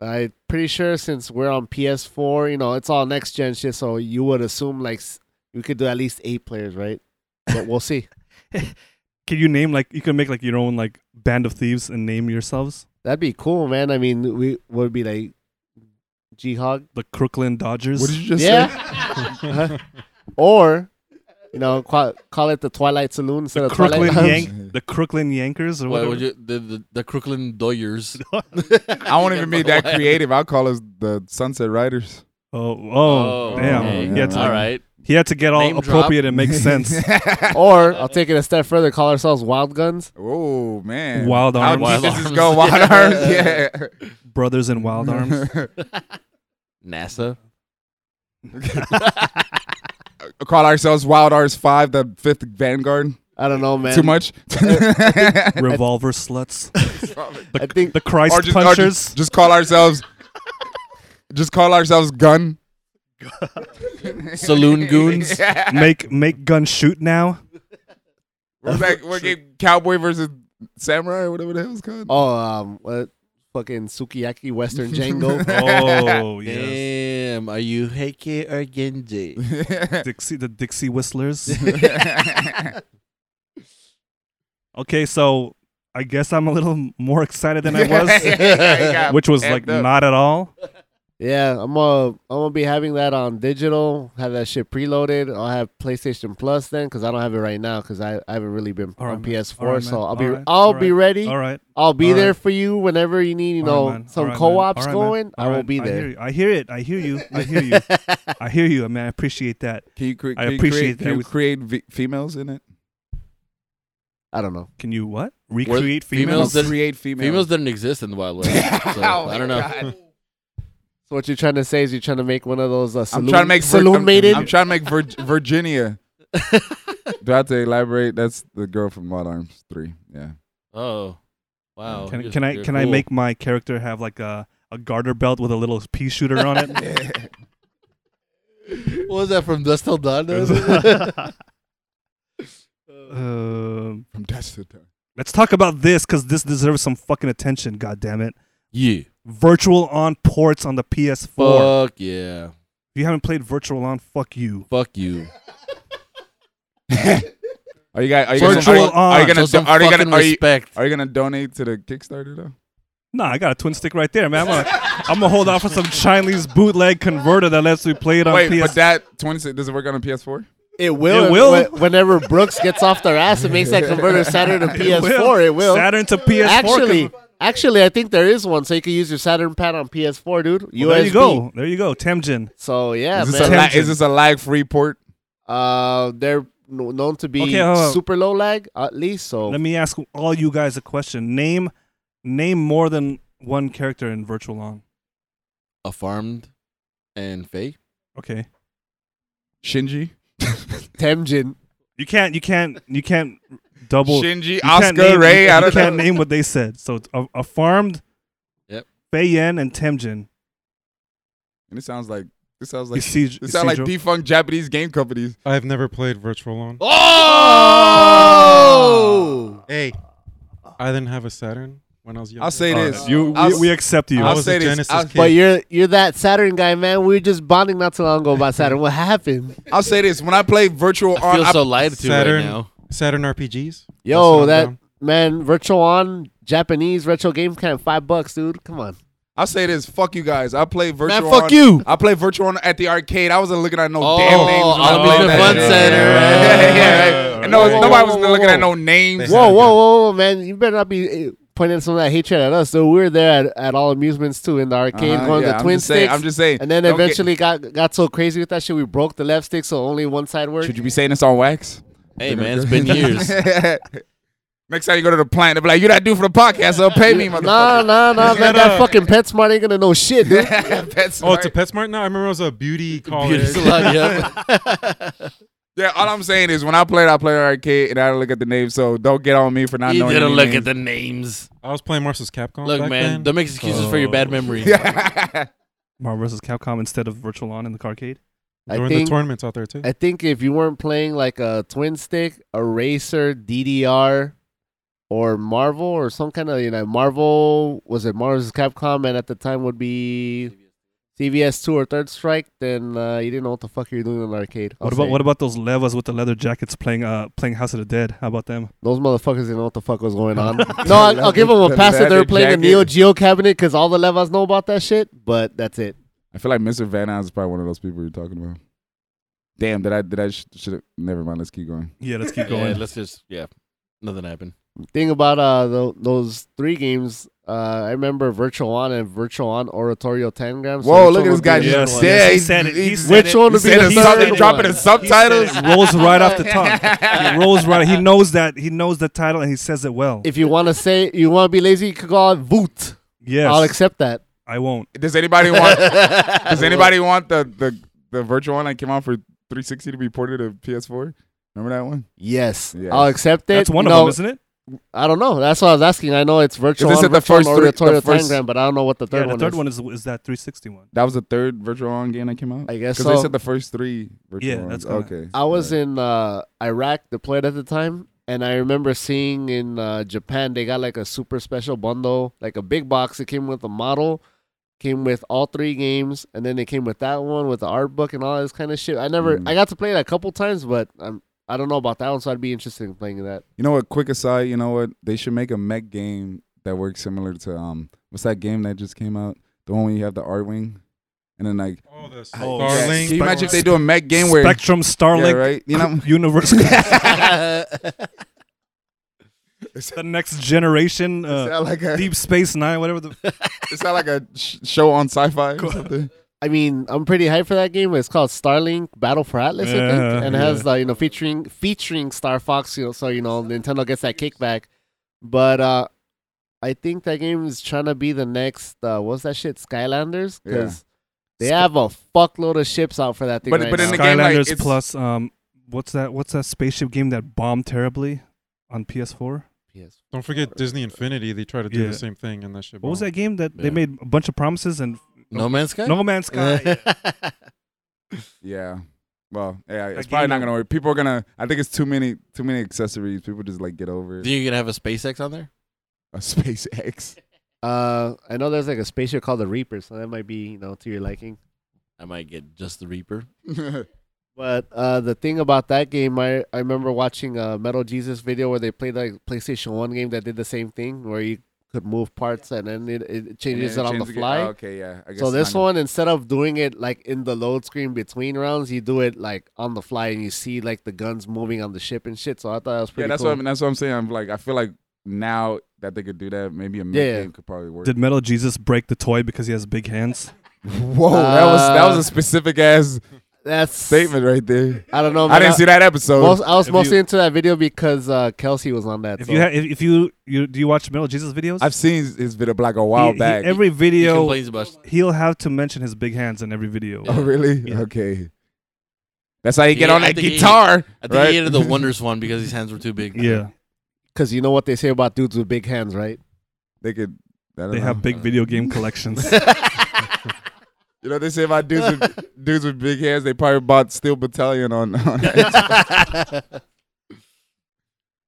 Speaker 8: I'm pretty sure since we're on PS4, you know, it's all next gen shit. So you would assume like s- we could do at least eight players, right? But we'll see.
Speaker 2: Can you name like you can make like your own like band of thieves and name yourselves
Speaker 8: That'd be cool, man. I mean, we would be like G Hog,
Speaker 2: the Crooklyn Dodgers?
Speaker 3: What did you just say?
Speaker 8: yeah, or you know, call, call it the Twilight Saloon instead
Speaker 2: the
Speaker 8: of Twilight.
Speaker 2: Crooklyn
Speaker 8: Lounge.
Speaker 2: Yank, the Crooklyn Yankers or
Speaker 5: Why
Speaker 2: whatever.
Speaker 5: would you the the, the Crooklyn Doyers? Oh,
Speaker 3: I won't even be that creative. I'll call us the Sunset Riders.
Speaker 2: Oh, oh, damn!
Speaker 5: okay.
Speaker 2: He, had to,
Speaker 5: All right.
Speaker 2: he had to get all
Speaker 5: Name drop.
Speaker 2: appropriate and make sense.
Speaker 8: or I'll take it a step further, call ourselves Wild Guns.
Speaker 3: oh man,
Speaker 2: Wild
Speaker 3: How
Speaker 2: Arms.
Speaker 3: deep
Speaker 5: Wild
Speaker 3: does this
Speaker 5: Arms.
Speaker 3: go? Wild
Speaker 5: Yeah.
Speaker 3: arms, yeah.
Speaker 2: Brothers in Wild Arms.
Speaker 5: NASA.
Speaker 3: Call ourselves Wild Arms Five, the Fifth Vanguard.
Speaker 8: I don't know, man.
Speaker 3: Too much.
Speaker 2: Revolver sluts.
Speaker 8: I think
Speaker 2: The Christ
Speaker 3: Or just- or
Speaker 2: punchers.
Speaker 3: just, just call ourselves. Just call ourselves Gun.
Speaker 5: Saloon goons.
Speaker 2: make make gun shoot now.
Speaker 3: We're like we're getting Cowboy versus Samurai, or whatever the hell it's called.
Speaker 8: oh, um, what fucking sukiyaki Western Django.
Speaker 2: Oh yes.
Speaker 5: Damn. Are you Heike or Genji?
Speaker 2: Dixie the Dixie Whistlers. Okay, so I guess I'm a little more excited than I was, which was like not at all.
Speaker 8: Yeah, I'm gonna I'm gonna be having that on digital. Have that shit preloaded. I'll have PlayStation Plus then, cause I don't have it right now, cause I, I haven't really been
Speaker 2: All right,
Speaker 8: on
Speaker 2: man.
Speaker 8: PS4.
Speaker 2: All right,
Speaker 8: so
Speaker 2: man.
Speaker 8: I'll be
Speaker 2: All right.
Speaker 8: I'll
Speaker 2: All
Speaker 8: be
Speaker 2: right.
Speaker 8: ready.
Speaker 2: All right.
Speaker 8: I'll be
Speaker 2: All
Speaker 8: there
Speaker 2: right.
Speaker 8: for you whenever you need. You
Speaker 2: All
Speaker 8: know,
Speaker 2: right, man. All
Speaker 8: some
Speaker 2: right, man.
Speaker 8: co-ops
Speaker 2: All right, man.
Speaker 8: going. I
Speaker 2: All
Speaker 8: will
Speaker 2: right.
Speaker 8: be
Speaker 2: I hear,
Speaker 8: there.
Speaker 2: you. I hear it. I hear you. I hear you. I hear you, man. I appreciate that.
Speaker 3: Can you, cre-
Speaker 2: I
Speaker 3: can you
Speaker 2: appreciate
Speaker 3: create,
Speaker 2: that.
Speaker 3: Can you create v- females in it?
Speaker 8: I don't know.
Speaker 2: Can you what? Recreate
Speaker 5: females
Speaker 2: females?
Speaker 5: that-
Speaker 3: create females.
Speaker 5: Females didn't exist in the Wild West. So,
Speaker 3: Oh
Speaker 5: I don't know.
Speaker 8: So what you're trying to say is you're trying to make one of those uh,
Speaker 3: I'm
Speaker 8: saloon,
Speaker 3: trying to make Vir-
Speaker 8: saloon
Speaker 3: I'm-
Speaker 8: mated.
Speaker 3: I'm, trying to make Vir- Virginia. Do I have to elaborate? That's the girl from Wild Arms Three. Yeah.
Speaker 5: Oh. Wow.
Speaker 2: Can,
Speaker 5: You're-
Speaker 2: can I
Speaker 5: you're
Speaker 2: can I
Speaker 5: cool.
Speaker 2: make my character have like a, a garter belt with a little pea shooter on it?
Speaker 5: What was that from Dust Till Dawn?
Speaker 2: Um,
Speaker 3: From Destin.
Speaker 2: let's talk about this because this deserves some fucking attention. God damn it!
Speaker 5: yeah.
Speaker 2: Virtual on ports on the PS4.
Speaker 5: Fuck yeah.
Speaker 2: If you haven't played Virtual on, fuck you.
Speaker 5: Fuck you.
Speaker 3: Are you guys? Are you
Speaker 5: Show
Speaker 3: gonna?
Speaker 2: Virtual
Speaker 3: Are you,
Speaker 2: on.
Speaker 3: are you gonna?
Speaker 5: Show some
Speaker 3: do- are you
Speaker 5: fucking
Speaker 3: gonna? Are you,
Speaker 5: respect.
Speaker 3: are you gonna donate to the Kickstarter though?
Speaker 2: Nah, I got a twin stick right there, man. I'm gonna, I'm gonna hold out for some Chinese bootleg converter that lets me play it on
Speaker 3: Wait,
Speaker 2: PS.
Speaker 3: but that 26 does it work on a PS4?
Speaker 8: it will.
Speaker 2: It will.
Speaker 8: whe- Whenever Brooks gets off their ass and makes that converter Saturn to PS4, It will.
Speaker 2: Saturn to PS4.
Speaker 8: actually,
Speaker 2: conver-
Speaker 8: actually, I think there is one, so you can use your Saturn pad on PS4, dude.
Speaker 2: Well,
Speaker 8: USB.
Speaker 2: there you go. There you go. Temjin.
Speaker 8: So yeah,
Speaker 3: is, this a
Speaker 8: man.
Speaker 3: la- is this a lag free port?
Speaker 8: uh, they're kn- known to be
Speaker 2: Okay, hold on.
Speaker 8: super low lag, at least. So
Speaker 2: Let me ask all you guys a question. Name, name more than one character in Virtual On.
Speaker 5: Affirmed and fake.
Speaker 2: Okay.
Speaker 3: Shinji,
Speaker 8: Temjin,
Speaker 2: You can't. You can't. You can't double.
Speaker 3: Shinji,
Speaker 2: you can't
Speaker 3: Oscar,
Speaker 2: name-
Speaker 3: Ray.
Speaker 2: You,
Speaker 3: I
Speaker 2: you
Speaker 3: don't
Speaker 2: can't
Speaker 3: know.
Speaker 2: name what they said. So it's a, a farmed.
Speaker 5: Yep.
Speaker 2: Fei Yen and Temjin.
Speaker 3: And it sounds like this sounds like
Speaker 2: see- you
Speaker 3: this sounds like
Speaker 2: see-
Speaker 3: defunct Japanese game companies.
Speaker 6: I've never played Virtual On.
Speaker 5: Oh!
Speaker 6: Hey, I didn't have a Saturn when I was young.
Speaker 3: Oh. I'll say
Speaker 2: All
Speaker 3: this.
Speaker 2: right.
Speaker 3: You,
Speaker 2: We,
Speaker 3: I'll,
Speaker 2: we accept you.
Speaker 6: I
Speaker 3: I'll
Speaker 6: was
Speaker 3: say
Speaker 6: a
Speaker 3: this.
Speaker 6: Genesis
Speaker 3: I'll-
Speaker 6: kid.
Speaker 8: but you're you're that Saturn guy, man. We were just bonding not too long ago about Saturn. What happened?
Speaker 3: I'll say this. When I play virtual
Speaker 5: I
Speaker 3: on,
Speaker 5: feel
Speaker 3: I-
Speaker 5: so lied to
Speaker 6: Saturn.
Speaker 5: right now.
Speaker 6: Saturn RPGs.
Speaker 8: Yo, that-
Speaker 6: down.
Speaker 8: Man, virtual on Japanese retro game camp, five bucks, dude. Come on.
Speaker 3: I'll say this. Fuck you guys. I play virtual.
Speaker 5: fuck
Speaker 3: on,
Speaker 5: you.
Speaker 3: I play virtual on at the arcade. I wasn't looking at no
Speaker 5: Oh,
Speaker 3: damn names. when I
Speaker 5: Amusement
Speaker 3: played that
Speaker 5: Fun
Speaker 3: shit.
Speaker 5: Center.
Speaker 3: Yeah, yeah, yeah. And no,
Speaker 8: Whoa,
Speaker 3: nobody
Speaker 8: whoa,
Speaker 3: was
Speaker 8: whoa,
Speaker 3: looking
Speaker 8: whoa.
Speaker 3: at no names. Uh-huh.
Speaker 8: Whoa, whoa, whoa, whoa, man! You better not be eh, pointing some of that hatred at us. So we were there at, at all amusements too in the arcade,
Speaker 3: Uh-huh,
Speaker 8: going
Speaker 3: yeah,
Speaker 8: to
Speaker 3: I'm
Speaker 8: twin
Speaker 3: just saying-
Speaker 8: sticks.
Speaker 3: I'm just saying.
Speaker 8: And then
Speaker 3: Don't get-
Speaker 8: eventually got got so crazy with that shit, we broke the left stick, so only one side worked.
Speaker 3: Should you be saying this on wax?
Speaker 5: Hey man, it's been years.
Speaker 3: Next time you go to the plant, they'll be like, "You're not due for the podcast. So pay me, motherfucker."
Speaker 8: Nah, nah, nah, man. That fucking PetSmart ain't gonna know shit, dude.
Speaker 3: That's
Speaker 6: Oh, it's a
Speaker 3: right.
Speaker 6: PetSmart now. I remember it was a beauty college.
Speaker 5: Beauty salon, yep.
Speaker 3: Yeah, all I'm saying is when I played, I played arcade and I didn't look at the name, so don't get on me for not
Speaker 5: you
Speaker 3: knowing.
Speaker 5: didn't
Speaker 3: any
Speaker 5: look at
Speaker 3: names.
Speaker 5: the names. Oh.
Speaker 6: I was playing Marvel's Capcom.
Speaker 5: Look,
Speaker 6: back
Speaker 5: man,
Speaker 6: then.
Speaker 5: don't make excuses for your bad memory.
Speaker 3: Yeah.
Speaker 2: Marvel vs. Capcom instead of Virtual On in the arcade.
Speaker 8: I
Speaker 6: During
Speaker 8: think-
Speaker 6: the tournaments out there too.
Speaker 8: I think if you weren't playing like a twin stick, eraser, DDR, or Marvel or some kind of you know Marvel was it Marvel's Capcom and at the time would be CVS two or Third Strike, then uh, you didn't know what the fuck you're doing in the arcade. I'll
Speaker 2: What about
Speaker 8: say.
Speaker 2: what about those levas with the leather jackets playing uh playing House of the Dead? How about them?
Speaker 8: those motherfuckers didn't know what the fuck was going on? no, I'll, I'll give them a
Speaker 3: The
Speaker 8: pass that they were
Speaker 3: leather
Speaker 8: playing
Speaker 3: jacket.
Speaker 8: the Neo Geo cabinet because all the levas know about that shit. But that's it.
Speaker 3: I feel like Mr. Van Eyck is probably one of those people you're talking about. Damn, did I did I sh- should have never mind, let's keep going.
Speaker 2: Yeah, let's keep
Speaker 5: Yeah,
Speaker 2: going.
Speaker 5: let's just yeah, nothing happened.
Speaker 8: thing about uh tho- those three games. Uh, I remember Virtual On and Virtual On Oratorio Tangram.
Speaker 3: Whoa, look at this guy
Speaker 5: be the
Speaker 3: just
Speaker 5: third
Speaker 3: yeah,
Speaker 5: one?
Speaker 2: He
Speaker 3: he's-
Speaker 2: said it. He
Speaker 3: he's-
Speaker 2: said
Speaker 8: Which one
Speaker 3: he
Speaker 8: would be
Speaker 3: said
Speaker 8: the
Speaker 3: it,
Speaker 8: third
Speaker 3: something,
Speaker 8: one?
Speaker 3: dropping his subtitles.
Speaker 2: It rolls right off the tongue. It rolls right. He knows that. He knows the title and he says it well.
Speaker 8: If you want to say you want to be lazy, you could call it Voot.
Speaker 2: yes,
Speaker 8: I'll accept that.
Speaker 2: I won't.
Speaker 3: Does anybody want Does anybody want the the the virtual one that came out for 360 to be ported to PS4? Remember that one?
Speaker 8: Yes,
Speaker 3: Yes.
Speaker 8: I'll accept it.
Speaker 2: That's one
Speaker 8: No,
Speaker 2: of them, isn't it?
Speaker 8: I don't know. That's what I was asking. I know it's Virtual
Speaker 3: Is
Speaker 8: On,
Speaker 3: this at the
Speaker 8: Virtual
Speaker 3: first
Speaker 8: On
Speaker 3: three-
Speaker 8: Oratorio
Speaker 3: the first-
Speaker 8: Tangram, but I don't know what the third
Speaker 2: yeah, the
Speaker 8: one
Speaker 2: third
Speaker 8: is.
Speaker 2: one is is that 360 one.
Speaker 3: That was the third virtual on game that came out.
Speaker 8: I guess
Speaker 3: because they
Speaker 8: so.
Speaker 3: said the first three virtual
Speaker 2: Yeah,
Speaker 3: ones.
Speaker 2: that's correct.
Speaker 3: okay.
Speaker 8: I was in uh, Iraq deployed at the time, and I remember seeing in uh, Japan they got like a super special bundle, like a big box. It came with a model, came with all three games, and then it came with that one with the art book and all this kind of shit. I never,
Speaker 3: Mm.
Speaker 8: I got to play it a couple times, but I'm, I don't know about that one, so I'd be interested in playing that.
Speaker 3: You know what? Quick aside. You know what? They should make a mech game that works similar to um. What's that game that just came out? The one where you have the art wing, and then like.
Speaker 6: oh, the
Speaker 2: Oh,
Speaker 6: Starlink.
Speaker 3: Can you imagine if they
Speaker 2: Spec-
Speaker 3: do a mech game where?
Speaker 2: Spectrum Starlink
Speaker 3: Yeah, right. You know.
Speaker 2: Universe,
Speaker 3: It's
Speaker 2: the next generation, uh,
Speaker 3: sound like a
Speaker 2: Deep Space Nine, whatever the
Speaker 3: it sound like a sh- show on sci-fi or something.
Speaker 8: I mean, I'm pretty hyped for that game. It's called Starlink Battle for Atlas, I
Speaker 2: Yeah,
Speaker 8: think, and it has
Speaker 2: yeah.
Speaker 8: uh, you know featuring featuring Star Fox. You know, so you know Nintendo gets that kickback. But uh, I think that game is trying to be the next uh, what's that shit Skylanders because they
Speaker 2: Sky-
Speaker 8: have a fuckload of ships out for that thing.
Speaker 3: But-
Speaker 8: right
Speaker 3: but in
Speaker 8: now.
Speaker 3: the game, like,
Speaker 2: Skylanders
Speaker 3: it's-
Speaker 2: plus um, what's that? What's that spaceship game that bombed terribly on PS4?
Speaker 6: Don't forget Disney Infinity. They try to do
Speaker 2: Yeah.
Speaker 6: the same thing, and that shit.
Speaker 2: What was
Speaker 6: bombed.
Speaker 2: that game that they
Speaker 5: Yeah.
Speaker 2: made a bunch of promises and
Speaker 5: No Man's
Speaker 3: Eh?
Speaker 5: Sky.
Speaker 2: No Man's Sky?
Speaker 3: Yeah. Well, yeah, it's
Speaker 2: That
Speaker 3: probably
Speaker 2: game-
Speaker 3: not gonna work. People are gonna. I think it's too many, too many accessories. People just like get over
Speaker 5: Think
Speaker 3: it.
Speaker 5: you're gonna have a SpaceX on there?
Speaker 3: a SpaceX.
Speaker 8: uh, I know there's like a spaceship called the Reaper, so that might be you know to your liking.
Speaker 5: I might get just the Reaper.
Speaker 8: But uh, the thing about that game, I, I remember watching a Metal Jesus video where they played like PlayStation One game that did the same thing, where you could move parts and then it, it changes it on the
Speaker 3: Change game.
Speaker 8: fly.
Speaker 3: Oh, okay, yeah. I guess
Speaker 8: so
Speaker 3: it's
Speaker 8: this
Speaker 3: not
Speaker 8: one, instead of doing it like in the load screen between rounds, you do it like on the fly, and you see like the guns moving on the ship and shit. So I thought that
Speaker 3: Gonna,
Speaker 8: was
Speaker 3: yeah,
Speaker 8: pretty.
Speaker 3: that's
Speaker 8: cool.
Speaker 3: what I'm, that's what I'm saying. I'm like, I feel like now that they could do that, maybe a mech
Speaker 8: Yeah.
Speaker 3: game could probably work.
Speaker 2: Did Metal Jesus break the toy because he has big hands?
Speaker 3: Whoa, that was that was
Speaker 8: Uh,
Speaker 3: a specific ass
Speaker 8: That's
Speaker 3: statement right there.
Speaker 8: I
Speaker 2: Oh,
Speaker 8: don't know. Man.
Speaker 3: I didn't see that episode.
Speaker 8: Most, I was
Speaker 2: If
Speaker 8: mostly
Speaker 2: you-
Speaker 8: into that video because uh, Kelsey was on that.
Speaker 2: If
Speaker 8: so-
Speaker 2: you ha- if, if you you do you watch Metal Jesus videos?
Speaker 3: I've seen his video like a while
Speaker 2: He- he-
Speaker 3: back.
Speaker 2: every
Speaker 5: He
Speaker 2: video
Speaker 5: complains about.
Speaker 2: he'll have to mention his big hands in every video.
Speaker 3: oh, really?
Speaker 2: Yeah.
Speaker 3: Okay. That's how you get
Speaker 5: Yeah,
Speaker 3: on
Speaker 5: I
Speaker 3: that
Speaker 5: think he-
Speaker 3: guitar.
Speaker 5: I think
Speaker 3: right?
Speaker 5: he hated the Wonder Swan because his hands were too big.
Speaker 2: Yeah,
Speaker 8: Cause you know what they say about dudes with big hands, right?
Speaker 3: they could. I don't
Speaker 2: they
Speaker 3: know.
Speaker 2: have big video game collections.
Speaker 3: You know what they say about dudes with, dudes with big hands. They probably bought Steel Battalion on. on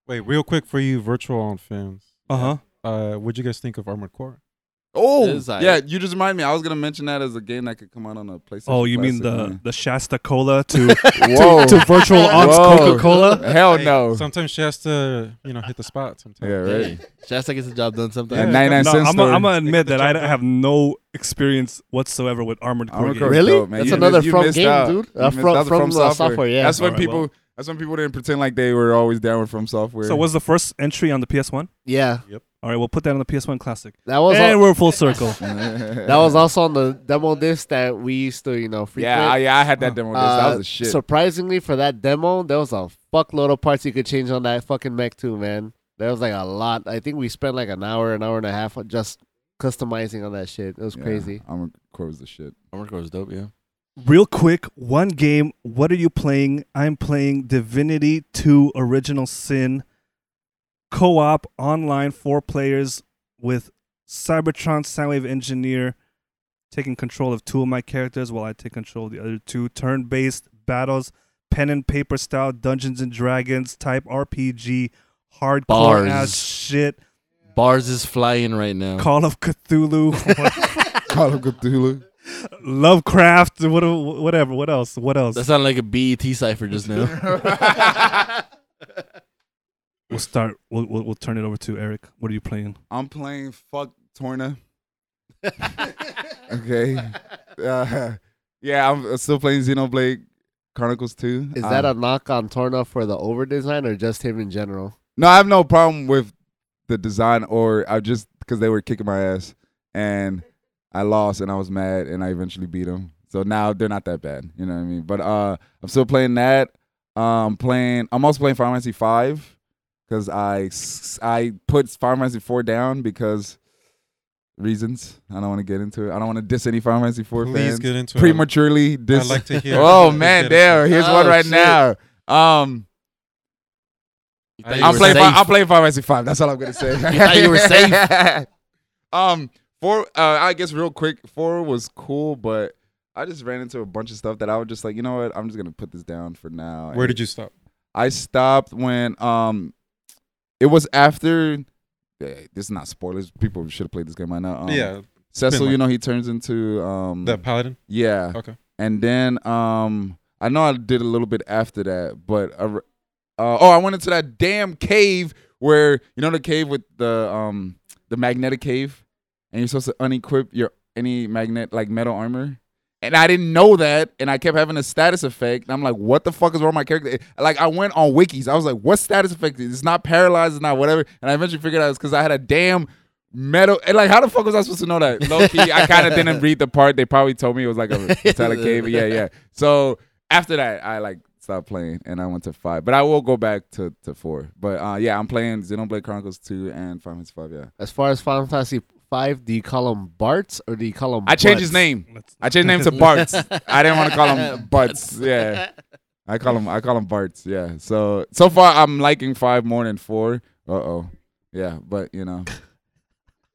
Speaker 6: Wait, real quick for you, virtual on fans.
Speaker 2: Uh huh.
Speaker 6: Uh, what'd you guys think of Armored Core?
Speaker 3: oh,
Speaker 5: It is aight.
Speaker 3: yeah. You just remind me. I was gonna mention that as a game that could come out on a PlayStation.
Speaker 2: Oh, you mean
Speaker 3: Classic,
Speaker 2: the the Shasta Cola to
Speaker 3: man. Whoa.
Speaker 2: to virtual on's
Speaker 3: Whoa.
Speaker 2: Coca Cola?
Speaker 3: Hell no.
Speaker 6: Sometimes she has to, you know, hit the spot. Sometimes.
Speaker 3: Oh. Yeah, right.
Speaker 5: Hey, Shasta gets the job done
Speaker 3: At
Speaker 5: sometimes.
Speaker 6: Yeah.
Speaker 3: 99
Speaker 2: No,
Speaker 3: cent
Speaker 2: I'm
Speaker 3: store.
Speaker 2: gonna admit that I don't have no experience whatsoever with armored core.
Speaker 3: Armored
Speaker 2: games.
Speaker 3: Core is
Speaker 8: Really?
Speaker 3: dope, man.
Speaker 8: That's
Speaker 3: You
Speaker 8: another
Speaker 3: missed- you
Speaker 8: from
Speaker 3: missed
Speaker 8: game,
Speaker 3: out.
Speaker 8: dude.
Speaker 3: You
Speaker 8: Uh,
Speaker 3: missed-
Speaker 8: from-
Speaker 3: that's a
Speaker 8: from, uh, software, yeah.
Speaker 3: That's when
Speaker 2: Alright,
Speaker 3: people.
Speaker 2: well.
Speaker 3: That's when people didn't pretend like they were always down with from software.
Speaker 2: So was the first entry on the PS1?
Speaker 8: Yeah,
Speaker 2: All right, we'll put that on the PS1 Classic.
Speaker 8: that was
Speaker 2: and
Speaker 8: all,
Speaker 2: we're full circle.
Speaker 8: that was also on the demo disc that we used to, you know, frequent.
Speaker 3: yeah, I, yeah. I had that demo. disc. that was
Speaker 8: Uh,
Speaker 3: a shit.
Speaker 8: Surprisingly, for that demo, there was a fuckload of parts you could change on that fucking mech too, man. There was like a lot. I think we spent like an hour, an hour and a half on just customizing on that shit. It was
Speaker 3: Yeah,
Speaker 8: crazy.
Speaker 3: Armored Core was the shit.
Speaker 5: Armored Core was dope. Yeah.
Speaker 2: Real quick, one game. What are you playing? I'm playing Divinity 2 Original Sin co op online, four players with Cybertron Soundwave Engineer taking control of two of my characters while I take control of the other two. Turn based battles, pen and paper style, Dungeons and Dragons type RPG, hardcore
Speaker 5: Bars. Uh.
Speaker 2: ass shit,
Speaker 5: Bars is flying right now.
Speaker 2: Call of Cthulhu,
Speaker 3: Call of Cthulhu.
Speaker 2: Lovecraft, what- whatever. What else? What else?
Speaker 5: That sounded like a BET cipher just now.
Speaker 2: We'll start. We'll, we'll we'll turn it over to Eric. What are you playing?
Speaker 3: I'm playing fuck Torna. okay. Uh, yeah, I'm still playing Xenoblade Chronicles 2.
Speaker 8: Is that
Speaker 3: Um,
Speaker 8: a knock on Torna for the over design or just him in general?
Speaker 3: No, I have no problem with the design, or I just because they were kicking my ass and I lost and I was mad and I eventually beat them. So now they're not that bad, you know what I mean? But uh, I'm still playing that. Um, playing. I'm also playing Final Fantasy Five because I s- I put Final Fantasy Four down because reasons. I don't want to get into it. I don't want to diss any Final Fantasy Four
Speaker 6: Please
Speaker 3: fans
Speaker 6: get into it.
Speaker 3: prematurely. Dis-
Speaker 6: I'd like to hear.
Speaker 3: oh
Speaker 6: Please
Speaker 3: man,
Speaker 6: get into
Speaker 3: there.
Speaker 6: it.
Speaker 3: Here's
Speaker 5: Oh,
Speaker 3: one right
Speaker 5: shit.
Speaker 3: now. Um,
Speaker 5: You thought you
Speaker 3: I'm
Speaker 5: were
Speaker 3: playing.
Speaker 5: safe.
Speaker 3: Fi- I'm playing Final Fantasy Five. That's all I'm gonna say.
Speaker 5: thought you were safe.
Speaker 3: um, four. Uh, I guess real quick, four was cool, but I just ran into a bunch of stuff that I was just like, you know what? I'm just gonna put this down for now.
Speaker 6: Where did you stop?
Speaker 3: I stopped when um, it was after. eh, This is not spoilers. People should have played this game by now. Um,
Speaker 6: yeah,
Speaker 3: Cecil,
Speaker 6: like-
Speaker 3: you know he turns into um
Speaker 6: the paladin.
Speaker 3: yeah.
Speaker 6: Okay.
Speaker 3: And then um I know I did a little bit after that, but I, re- uh, oh, I went into that damn cave where you know the cave with the um the magnetic cave and you're supposed to unequip your any magnet like metal armor. And I didn't know that, and I kept having a status effect. And I'm like, what the fuck is wrong with my character? Eh, Like, I went on wikis. I was like, what status effect? is it? It's not paralyzed, it's not whatever. And I eventually figured out it's because I had a damn metal. And like, how the fuck was I supposed to know that? Low key, I kind of didn't read the part. They probably told me it was like a metallic cave. Yeah, yeah. So after that, I like stopped playing and I went to five. But I will go back to, to four. But uh, yeah, I'm playing Xenoblade Chronicles 2 and Final Fantasy 5. Yeah.
Speaker 8: As far as Final Fantasy Five, do you call him Bart's or do you call him?
Speaker 3: I changed his
Speaker 8: Butts?
Speaker 3: name.
Speaker 2: Let's-
Speaker 3: I changed his name to Bartz. I didn't want to call him Butts. Yeah. I call him I call him Bartz. Yeah. So so far I'm liking five more than four. Uh oh. Yeah, but you know.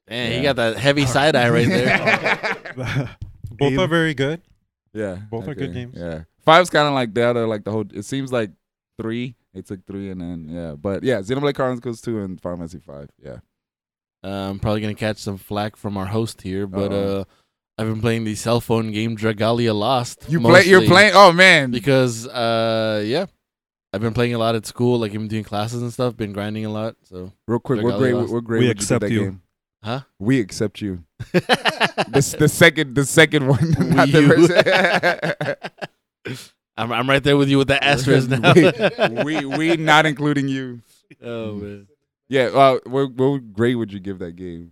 Speaker 5: Man,
Speaker 3: Yeah.
Speaker 5: he got that heavy side eye right there.
Speaker 6: Both
Speaker 2: Abe?
Speaker 6: are very good.
Speaker 3: Yeah.
Speaker 6: Both are good games.
Speaker 3: Yeah. Five's kind of like the other, like the whole, it seems like three. They took three and then, yeah. But yeah, Xenoblade Chronicles 2 and Final Fantasy 5. Yeah.
Speaker 5: Uh, I'm probably gonna catch some flack from our host here, but
Speaker 3: Uh-oh.
Speaker 5: uh, I've been playing the cell phone game Dragalia Lost.
Speaker 3: You play, you're
Speaker 5: mostly.
Speaker 3: playing, oh man.
Speaker 5: because uh yeah i've been playing a lot at school like in between classes and stuff been grinding a lot so
Speaker 3: Real quick, we're
Speaker 5: Dragalia
Speaker 3: great.
Speaker 5: Lost.
Speaker 3: We're great.
Speaker 2: We
Speaker 3: with
Speaker 2: accept
Speaker 3: that
Speaker 2: you.
Speaker 3: Game.
Speaker 5: Huh?
Speaker 3: We accept you. This the second, the second one. not the
Speaker 5: You.
Speaker 3: first.
Speaker 5: I'm, I'm right there with you with that asterisk now
Speaker 3: we, we not including you.
Speaker 5: oh man
Speaker 3: Yeah. Uh, what, what grade would you give that game?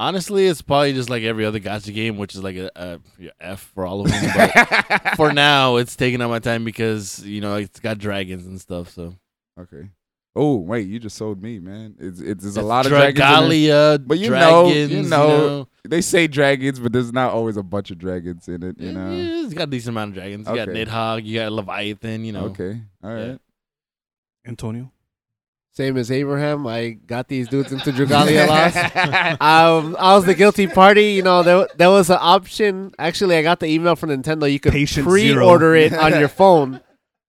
Speaker 5: honestly it's probably just like every other gacha game which is like a, a yeah, f for all of them but for now it's taking up my time because you know it's got dragons and stuff so
Speaker 3: okay. Oh wait, you just sold me, man. It's it's, there's a
Speaker 5: It's
Speaker 3: lot of dragons. in there.
Speaker 5: Dragalia,
Speaker 3: But you know- you
Speaker 5: dragons,
Speaker 3: know, They say dragons, but there's not always a bunch of dragons in it, you know.
Speaker 5: Yeah, it's got a decent amount of dragons you
Speaker 3: Okay.
Speaker 5: got nidhogg you got leviathan you know
Speaker 3: Okay. All
Speaker 5: Yeah.
Speaker 3: right.
Speaker 2: Antonio.
Speaker 8: Same as Abraham, I got these dudes into Dragalia Lost. um, I was the guilty party. You know, there there was an option. Actually, I got the email from Nintendo. You could
Speaker 2: Patient zero.
Speaker 8: pre-order it on your phone,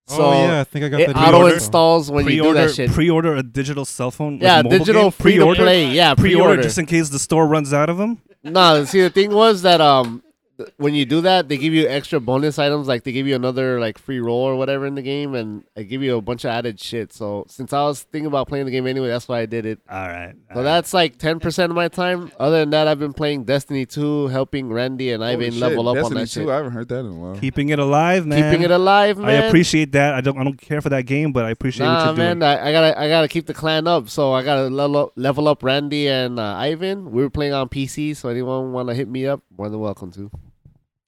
Speaker 8: so
Speaker 6: oh yeah, I think I got
Speaker 8: it
Speaker 6: that.
Speaker 8: auto installs when you do
Speaker 2: Pre-order,
Speaker 8: that shit.
Speaker 2: pre-order a digital cell phone. like
Speaker 8: yeah,
Speaker 2: mobile
Speaker 8: digital
Speaker 2: game?
Speaker 8: free to play. Yeah,
Speaker 2: Pre-order
Speaker 8: pre-order.
Speaker 2: just in case the store runs out of them.
Speaker 8: No, see the thing was that um, th- when you do that, they give you extra bonus items. Like they give you another like free roll or whatever in the game, and they give you a bunch of added shit. So since I was thinking about playing the game anyway, that's why I did it.
Speaker 2: All right.
Speaker 8: So that's like ten percent of my time. Other than that, I've been playing Destiny two, helping Randy and
Speaker 3: Holy
Speaker 8: Ivan
Speaker 3: shit,
Speaker 8: level up
Speaker 3: Destiny
Speaker 8: on that
Speaker 3: 2,
Speaker 8: shit.
Speaker 3: I haven't heard that in a while.
Speaker 2: keeping it alive, man.
Speaker 8: Keeping it alive,
Speaker 2: I
Speaker 8: man.
Speaker 2: appreciate that. I don't. I don't care for that game, but I appreciate what
Speaker 8: Nah,
Speaker 2: you're
Speaker 8: man,
Speaker 2: doing.
Speaker 8: I, I gotta, I gotta keep the clan up. So I gotta level up, level up Randy and uh, Ivan. We were playing on PC, so anyone want to hit me up, more than welcome to.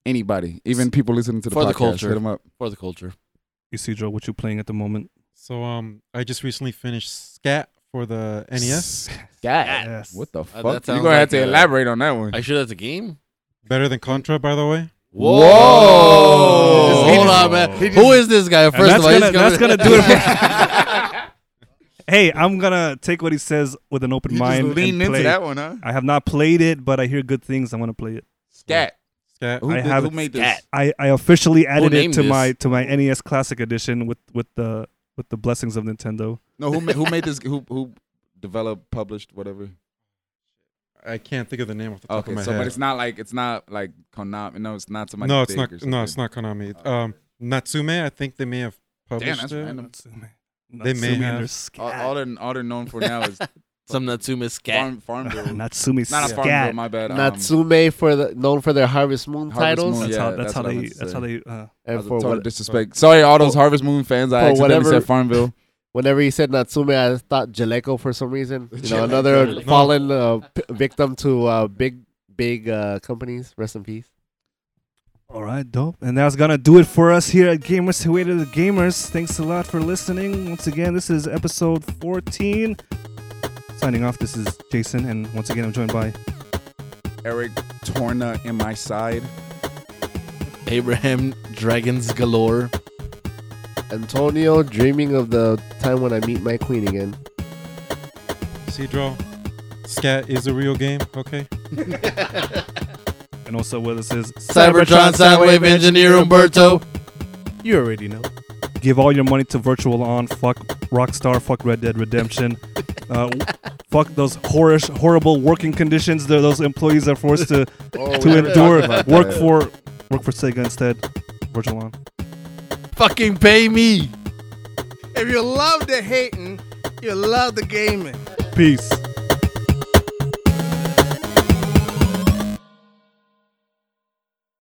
Speaker 3: Anybody, even people listening to the
Speaker 5: For the
Speaker 3: podcast,
Speaker 5: culture.
Speaker 3: hit them up.
Speaker 5: for the culture
Speaker 2: Isidro, what you playing at the moment?
Speaker 6: So um, I just recently finished Scat for the E NES.
Speaker 2: E Yes.
Speaker 3: What the fuck?
Speaker 5: that
Speaker 3: You're
Speaker 5: sounds
Speaker 3: gonna have
Speaker 5: like
Speaker 3: to
Speaker 5: a-
Speaker 3: elaborate on that one.
Speaker 5: i should that's a game
Speaker 6: Better than Contra, by the way.
Speaker 5: Whoa!
Speaker 2: Whoa.
Speaker 5: Hold on, man.
Speaker 2: He
Speaker 5: Who is this guy? First
Speaker 2: that's
Speaker 5: of all,
Speaker 2: gonna- that's
Speaker 5: he's
Speaker 2: gonna do
Speaker 5: it.
Speaker 2: Hey, I'm gonna take what he says with an open
Speaker 3: You just
Speaker 2: mind.
Speaker 3: leaned
Speaker 2: and
Speaker 3: into
Speaker 2: play.
Speaker 3: that one, huh?
Speaker 2: I have not played it, but I hear good things. I'm gonna play it.
Speaker 3: Scat.
Speaker 6: Scat.
Speaker 3: Who,
Speaker 2: I
Speaker 3: did-
Speaker 2: have
Speaker 3: who
Speaker 2: it.
Speaker 3: made
Speaker 5: Scat.
Speaker 3: this?
Speaker 2: I, I officially added it
Speaker 5: named
Speaker 2: to
Speaker 5: this?
Speaker 2: my to my NES Classic Edition with with the with the blessings of Nintendo.
Speaker 3: No, who made, who made this? Who who developed, published, whatever?
Speaker 6: I can't think of the name off the top
Speaker 3: Okay,
Speaker 6: of my
Speaker 3: so
Speaker 6: head.
Speaker 3: but it's not like it's not like Konami. No, it's not somebody.
Speaker 6: no, it's
Speaker 3: big
Speaker 6: not.
Speaker 3: or
Speaker 6: No, it's
Speaker 3: something.
Speaker 6: not Konami. Um, Natsume. I think they may have
Speaker 3: Damn,
Speaker 6: published
Speaker 3: that's
Speaker 6: it.
Speaker 3: random.
Speaker 6: They may
Speaker 2: Natsumi
Speaker 6: have-
Speaker 2: under
Speaker 3: All,
Speaker 2: Scat.
Speaker 3: all they're all they're known for now is
Speaker 5: Some Natsume scat.
Speaker 3: farm farm bill. not
Speaker 2: Natsumi
Speaker 3: a farm bill.
Speaker 2: Scat.
Speaker 3: My bad. Um,
Speaker 9: Natsume for the known for their Harvest Moon
Speaker 3: Harvest
Speaker 9: titles
Speaker 3: Moon,
Speaker 2: That's
Speaker 3: yeah,
Speaker 2: how that's,
Speaker 3: that's
Speaker 2: how
Speaker 3: what I
Speaker 2: they
Speaker 3: meant to
Speaker 2: that's
Speaker 3: say.
Speaker 2: how they uh,
Speaker 3: that
Speaker 9: and
Speaker 3: was a
Speaker 9: for
Speaker 3: total
Speaker 9: what,
Speaker 3: disrespect. Sorry, all those Harvest Moon fans. I
Speaker 9: for
Speaker 3: accidentally
Speaker 9: whatever-
Speaker 3: said Farmville.
Speaker 9: whenever he said Natsume, I thought Jaleco for some reason. You know,
Speaker 3: Jaleco.
Speaker 9: another
Speaker 3: No.
Speaker 9: fallen uh, p- victim to uh, big big uh, companies. Rest in peace.
Speaker 2: All right, dope. And that's gonna do it for us here at Gamers Who Waited the Gamers. Thanks a lot for listening. Once again, this is episode 14. Signing off, this is Jason, and once again I'm joined by
Speaker 3: Eric Torna in my side.
Speaker 5: Abraham dragons galore.
Speaker 9: Antonio dreaming of the time when I meet my queen again.
Speaker 6: Cedro. Scat is a real game. Okay.
Speaker 2: and also with us is
Speaker 5: Cybertron Soundwave Engineer Umberto.
Speaker 1: You already know.
Speaker 2: give all your money to Virtual On, fuck Rockstar, fuck Red Dead Redemption. Uh, fuck those horish, horrible working conditions that those employees are forced to,
Speaker 3: Oh,
Speaker 2: to endure.
Speaker 3: about
Speaker 2: Work
Speaker 3: that.
Speaker 2: for work for Sega instead. Virtual On.
Speaker 5: Fucking pay me.
Speaker 1: If you love the hating, you love the gaming.
Speaker 2: Peace.